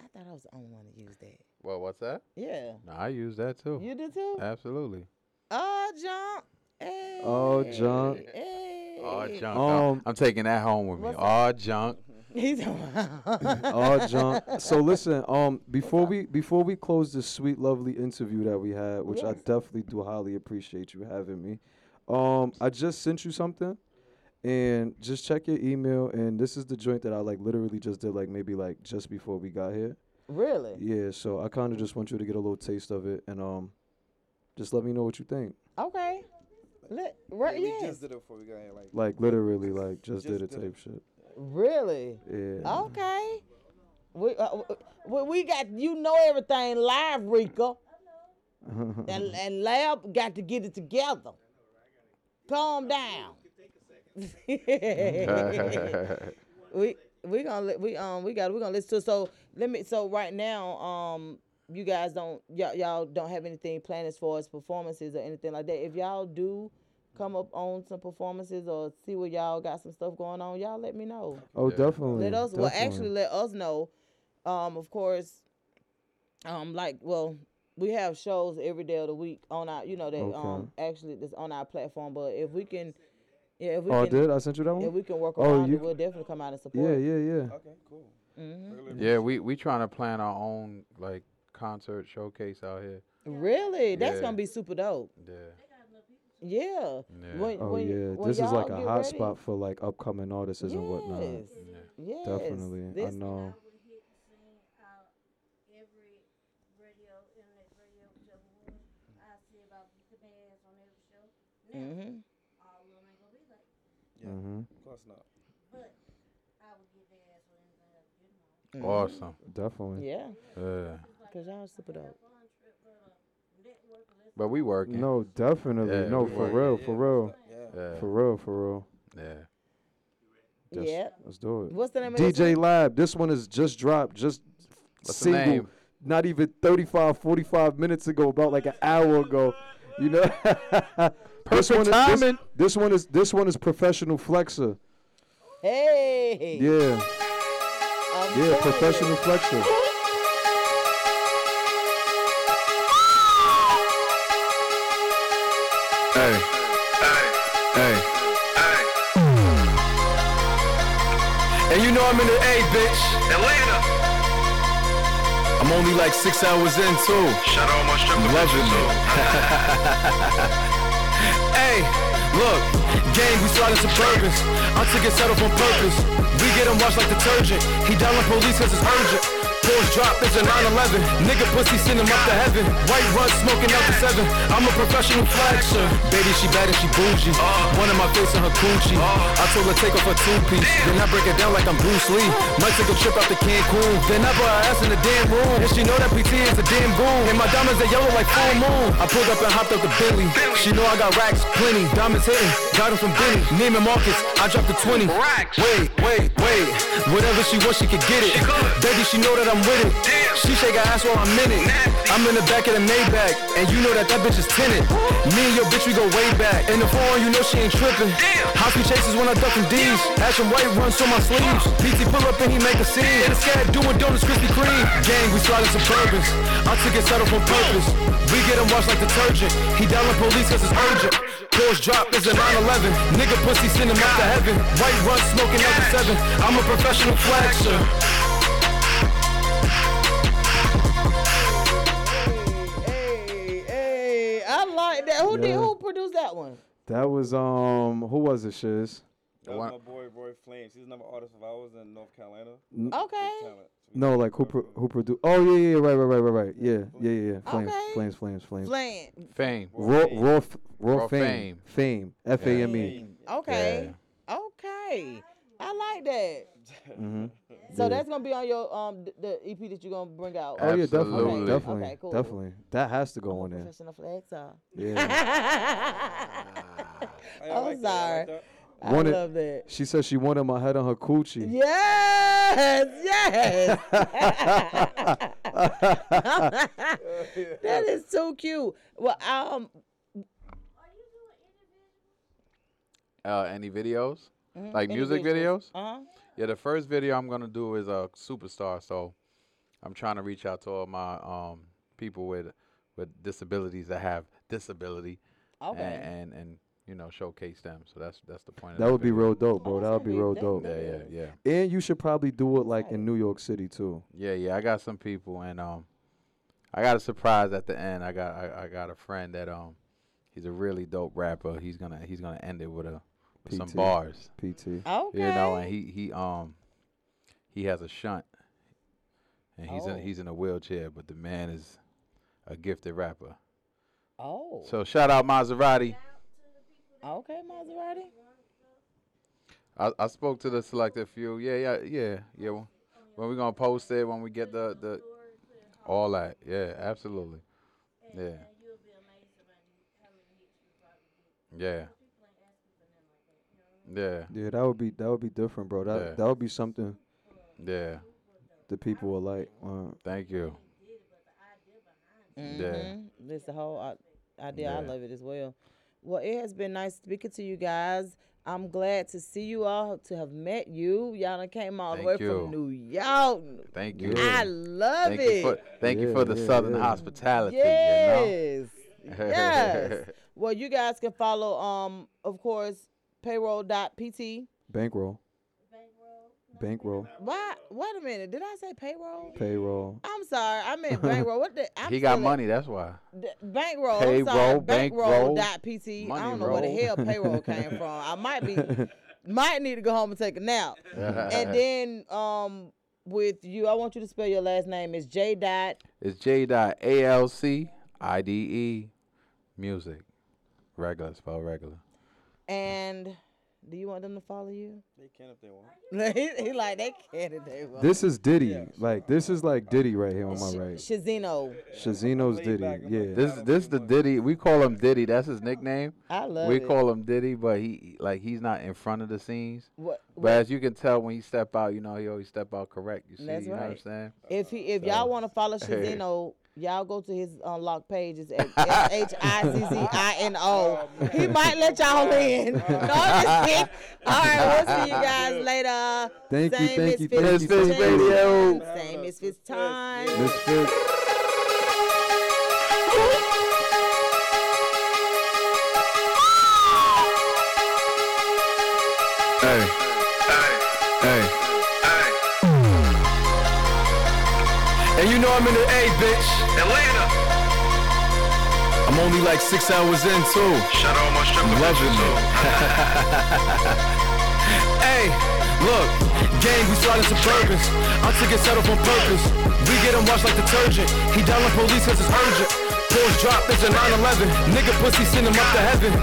Speaker 4: I thought I was the only one to use that.
Speaker 6: [LAUGHS] Well, what's that?
Speaker 4: Yeah.
Speaker 6: No, I use that too.
Speaker 4: You do too.
Speaker 6: Absolutely.
Speaker 4: Oh, jump. Hey.
Speaker 7: Oh, junk.
Speaker 4: Hey.
Speaker 6: All junk.
Speaker 7: Um,
Speaker 6: I'm, I'm taking that home with me.
Speaker 4: what's
Speaker 6: All junk.
Speaker 4: [LAUGHS]
Speaker 6: [LAUGHS]
Speaker 4: He's
Speaker 7: All junk. So listen, um, before we before we close this sweet, lovely interview that we had, which I definitely do highly appreciate you having me. Um, I just sent you something, and just check your email. And this is the joint that I like literally just did, like maybe like just before we got here.
Speaker 4: [LAUGHS] really.
Speaker 7: Yeah, so I kind of just want you to get a little taste of it, and um, just let me know what you think.
Speaker 4: Okay. Let, right,
Speaker 8: We
Speaker 4: yes.
Speaker 8: just did it before we got here. Like
Speaker 7: Like literally, like just,
Speaker 8: Just
Speaker 7: did it
Speaker 8: did
Speaker 7: type
Speaker 8: it.
Speaker 7: shit.
Speaker 4: really?
Speaker 7: Yeah.
Speaker 4: Oh? Okay. We, uh, we, we got, you know everything live,
Speaker 8: [LAUGHS]
Speaker 4: Rika. and, and Lab got to get it together. Calm down. we we gonna li- we um we got we gonna listen to it. so let me so right now um you guys don't y'all y'all don't have anything planned as far as performances or anything like that. If y'all do come up on some performances or see where y'all got some stuff going on, y'all let me know.
Speaker 7: Oh, definitely.
Speaker 4: Let us well actually
Speaker 7: definitely.
Speaker 4: let us know. Um, of course, um, like well, we have shows every day of the week on our you know that
Speaker 7: Okay.
Speaker 4: um actually that's on our platform. But if we can, yeah, if we
Speaker 7: Oh, I
Speaker 4: can,
Speaker 7: did. I sent you that one.
Speaker 4: if we can work
Speaker 7: Oh,
Speaker 4: around
Speaker 7: you-
Speaker 4: it, we'll definitely come out and support.
Speaker 7: yeah, yeah, yeah.
Speaker 8: okay, cool.
Speaker 6: Yeah, we we trying to plan our own like concert showcase out here.
Speaker 4: Really, that's
Speaker 6: Yeah.
Speaker 4: gonna be super dope.
Speaker 6: Yeah.
Speaker 4: Yeah.
Speaker 6: Yeah.
Speaker 4: When,
Speaker 7: Oh
Speaker 4: when-
Speaker 7: yeah.
Speaker 4: when
Speaker 7: This is like a
Speaker 4: y'all get
Speaker 7: hot
Speaker 4: ready-
Speaker 7: spot for like upcoming artists
Speaker 4: Yes.
Speaker 7: and whatnot.
Speaker 4: Yes.
Speaker 7: Definitely. I
Speaker 4: This-
Speaker 7: know.
Speaker 9: Hit
Speaker 4: Mm-hmm.
Speaker 9: All of them ain't gonna be like,
Speaker 8: Yeah,
Speaker 7: Mhm.
Speaker 8: of course not.
Speaker 9: but I would give their ass what anything else, you know.
Speaker 6: Mm-hmm. Awesome.
Speaker 7: Definitely.
Speaker 4: Yeah,
Speaker 6: Yeah.
Speaker 4: cause y'all super dope.
Speaker 9: Fun trip, but uh, network, let's
Speaker 6: But we working.
Speaker 7: No, definitely.
Speaker 6: Yeah,
Speaker 7: no,
Speaker 6: we
Speaker 7: for
Speaker 6: working.
Speaker 7: real, for real,
Speaker 8: Yeah.
Speaker 6: Yeah.
Speaker 7: for real, for real.
Speaker 6: Yeah.
Speaker 7: Just-
Speaker 4: Yeah.
Speaker 7: Let's do it.
Speaker 4: What's the name of this
Speaker 7: DJ Lab. This one is just dropped. Just
Speaker 6: What's the
Speaker 7: single.
Speaker 6: name?
Speaker 7: Not even 35, 45 minutes ago. About like an hour ago. You know. [LAUGHS] Perfect one is, this,
Speaker 6: timing.
Speaker 7: this one is this one is professional flexer.
Speaker 4: Hey.
Speaker 7: Yeah.
Speaker 4: I'm telling
Speaker 7: Yeah.
Speaker 4: you.
Speaker 7: Professional flexer.
Speaker 3: Hey, hey, hey. And you know I'm in the A, bitch. Atlanta. I'm only like six hours in too. Shut all my stripper Loving it. hey, look, gang, we started suburbans. I'm to get settled on purpose. We get him washed like detergent. He down on police cause it's urgent. Pulls drop, it's a 911. Nigga pussy send him up to heaven. White rug smoking out the seven. I'm a professional flexer. Baby, she bad and she bougie. One in my face and her coochie. I told her take off her two piece. Then I break it down like I'm Bruce Lee. Might take a trip out to Cancun. Then I put her ass in the damn room. And she know that PT is a damn boom. And my diamonds are yellow like full moon. I pulled up and hopped up the Bentley. She know I got racks plenty. Diamonds hitting. Got 'em from Benny. Name and Marcus. I dropped the 20. Wait, wait, wait. Whatever she wants, she could get it. Baby, she know that I'm with it. She shake her ass while I'm in it. I'm in the back of the Maybach. And you know that that bitch is tinted. Me and your bitch, we go way back. In the foreign, you know she ain't tripping. House we chases when I duck from D's. Action white runs on my sleeves. PT pull up and he make a scene. And it's cat doing donuts, Krispy Kreme. Gang, we sliding suburbans. I took it settled on purpose. We get him washed like detergent. He down on police cause it's urgent. Pulls drop is a 911. Nigga pussy send him out to heaven. White run smoking out the seven. I'm a professional flexer.
Speaker 4: Hey, hey, I like that. Who did?
Speaker 7: Yeah.
Speaker 4: Who produced that one?
Speaker 7: That was um. Who was it, Shiz?
Speaker 8: That
Speaker 6: one-
Speaker 8: was my boy Roy Flames. He's another artist of ours in North Carolina.
Speaker 4: Okay.
Speaker 8: Talent.
Speaker 7: No, like who pro- who produced? Oh yeah, yeah, yeah, right, right, right, right, right. Yeah, yeah, yeah. yeah. Flames,
Speaker 4: Okay.
Speaker 7: flames, flames, flames.
Speaker 4: Flan.
Speaker 6: Fame.
Speaker 7: Raw, raw, f- raw,
Speaker 6: Raw
Speaker 7: fame, fame, F A M E.
Speaker 4: Okay. Okay. I like that.
Speaker 7: Mhm.
Speaker 4: So
Speaker 7: Yeah.
Speaker 4: that's gonna be on your um th- the EP that you're gonna bring out.
Speaker 7: Oh yeah, definitely,
Speaker 6: Absolutely.
Speaker 7: definitely,
Speaker 4: Okay, cool.
Speaker 7: definitely. That has to go on there.
Speaker 4: Professional uh, flags are.
Speaker 7: Yeah.
Speaker 8: I didn't
Speaker 4: I'm sorry.
Speaker 8: like that. I like that.
Speaker 4: I
Speaker 7: Wanted-
Speaker 4: love that.
Speaker 7: she said she wanted my head on her coochie.
Speaker 4: Yes,
Speaker 6: [LAUGHS]
Speaker 4: yes. [LAUGHS] that is so cute. Well, um,
Speaker 6: Uh, any videos?
Speaker 7: Mm-hmm.
Speaker 6: Like music videos?
Speaker 4: uh-huh.
Speaker 6: Yeah, the first video I'm gonna do is a uh, superstar. So I'm trying to reach out to all my um people with with disabilities that have disability.
Speaker 4: Okay.
Speaker 6: And, and and you know showcase them. So that's that's the point.
Speaker 7: That
Speaker 6: of
Speaker 7: would be
Speaker 6: real.
Speaker 7: real dope, bro.
Speaker 4: Oh,
Speaker 7: That
Speaker 4: that's
Speaker 7: would be
Speaker 4: gonna
Speaker 7: real
Speaker 4: be
Speaker 7: dope.
Speaker 6: Yeah, yeah, yeah,
Speaker 7: And you should probably do it like in New York City too.
Speaker 6: yeah, yeah. I got some people, and um, I got a surprise at the end. I got I, I got a friend that um, he's a really dope rapper. He's gonna he's gonna end it with a with some
Speaker 7: PT.
Speaker 6: bars.
Speaker 7: PT.
Speaker 4: Okay.
Speaker 6: You know, and he he um he has a shunt, and he's
Speaker 4: Oh.
Speaker 6: in he's in a wheelchair, but the man is a gifted rapper.
Speaker 4: oh.
Speaker 6: So shout out Maserati.
Speaker 4: okay, Maserati.
Speaker 6: I, I spoke to the selected few. Yeah, yeah,
Speaker 9: Oh,
Speaker 6: yeah, yeah. When- When we gonna post it? When we get the the all that? Yeah, absolutely.
Speaker 9: uh,
Speaker 6: Yeah,
Speaker 9: You'll be amazed about how many hits you probably get.
Speaker 6: yeah,
Speaker 9: People ain't asking for nothing like that, you know.
Speaker 6: yeah,
Speaker 7: Yeah, that would be that would be different, bro. That
Speaker 6: Yeah.
Speaker 7: that would be something
Speaker 6: yeah.
Speaker 7: the people will like. Uh,
Speaker 6: Thank you. Yeah.
Speaker 4: Mhm. That's the whole i- idea. I
Speaker 6: Yeah.
Speaker 4: love it as well. Well, it has been nice speaking to you guys. I'm glad to see you all, to have met you. Y'all done came all the way
Speaker 6: Thank
Speaker 4: from
Speaker 6: you.
Speaker 4: New York.
Speaker 6: Thank you.
Speaker 4: I love
Speaker 6: Thank
Speaker 4: it.
Speaker 6: you for thank you for the
Speaker 7: Yeah,
Speaker 6: southern
Speaker 7: yeah.
Speaker 6: hospitality. You know?
Speaker 4: Yes.
Speaker 6: [LAUGHS]
Speaker 4: yes. Well, you guys can follow um of course payroll.pt.
Speaker 7: bankroll. Bankroll.
Speaker 4: Why wait a minute. Did I say payroll?
Speaker 7: Payroll.
Speaker 4: I'm sorry. I
Speaker 6: [LAUGHS]
Speaker 4: meant bankroll. What the I'm
Speaker 6: He got
Speaker 4: feeling-
Speaker 6: money. That's why.
Speaker 4: D- Bankroll. I'm sorry.
Speaker 6: Payroll,
Speaker 4: Bankroll.
Speaker 6: bankroll,
Speaker 4: Dot PT. I
Speaker 6: money
Speaker 4: don't know where the
Speaker 6: roll.
Speaker 4: hell
Speaker 6: [LAUGHS]
Speaker 4: payroll came from. I might be, might need to go home and take a
Speaker 6: [LAUGHS]
Speaker 4: nap. and then um with you, I want you to spell your last name. It's J dot
Speaker 6: It's J dot A L C I D E music. Regular, spell regular.
Speaker 4: And do you want them to follow you?
Speaker 8: They can if they want.
Speaker 4: he, [LAUGHS] he like they can't if they want.
Speaker 7: This is Diddy. Like this is like Diddy right here on my right.
Speaker 4: Shazino.
Speaker 7: Shazino's Diddy. Yeah.
Speaker 6: This this the Diddy. We call him Diddy. That's his nickname.
Speaker 4: I love
Speaker 6: we
Speaker 4: it.
Speaker 6: call him Diddy, but he like he's not in front of the scenes.
Speaker 4: What,
Speaker 6: But as you can tell when he step out, you know he always step out correct. You see,
Speaker 4: That's
Speaker 6: you know what I'm
Speaker 4: right.
Speaker 6: saying?
Speaker 4: if he if y'all want to follow Shazino, y'all go to his unlocked pages at S H I Z Z I N O.
Speaker 8: Oh,
Speaker 4: He might let y'all in. [LAUGHS] no, I'm just
Speaker 8: [LAUGHS]
Speaker 4: kidding. All right, we'll see you guys later.
Speaker 7: Thank you,
Speaker 4: Same
Speaker 7: thank
Speaker 4: Misfits
Speaker 7: you, thank
Speaker 6: you, thank you.
Speaker 4: station,
Speaker 6: Radio.
Speaker 4: Same Misfits time.
Speaker 7: Miss Fitz.
Speaker 3: Hey, hey, hey. And you know I'm in the A, bitch.
Speaker 10: Atlanta.
Speaker 3: I'm only like six hours in too.
Speaker 10: Shout out my stripper.
Speaker 3: Loving it. [LAUGHS] Hey, look, gang, we started suburbans. I took it settled on purpose. We get him washed like detergent. He down on police cause it's urgent. Pulls drop, it's a 9-11. Nigga pussy send him up to heaven.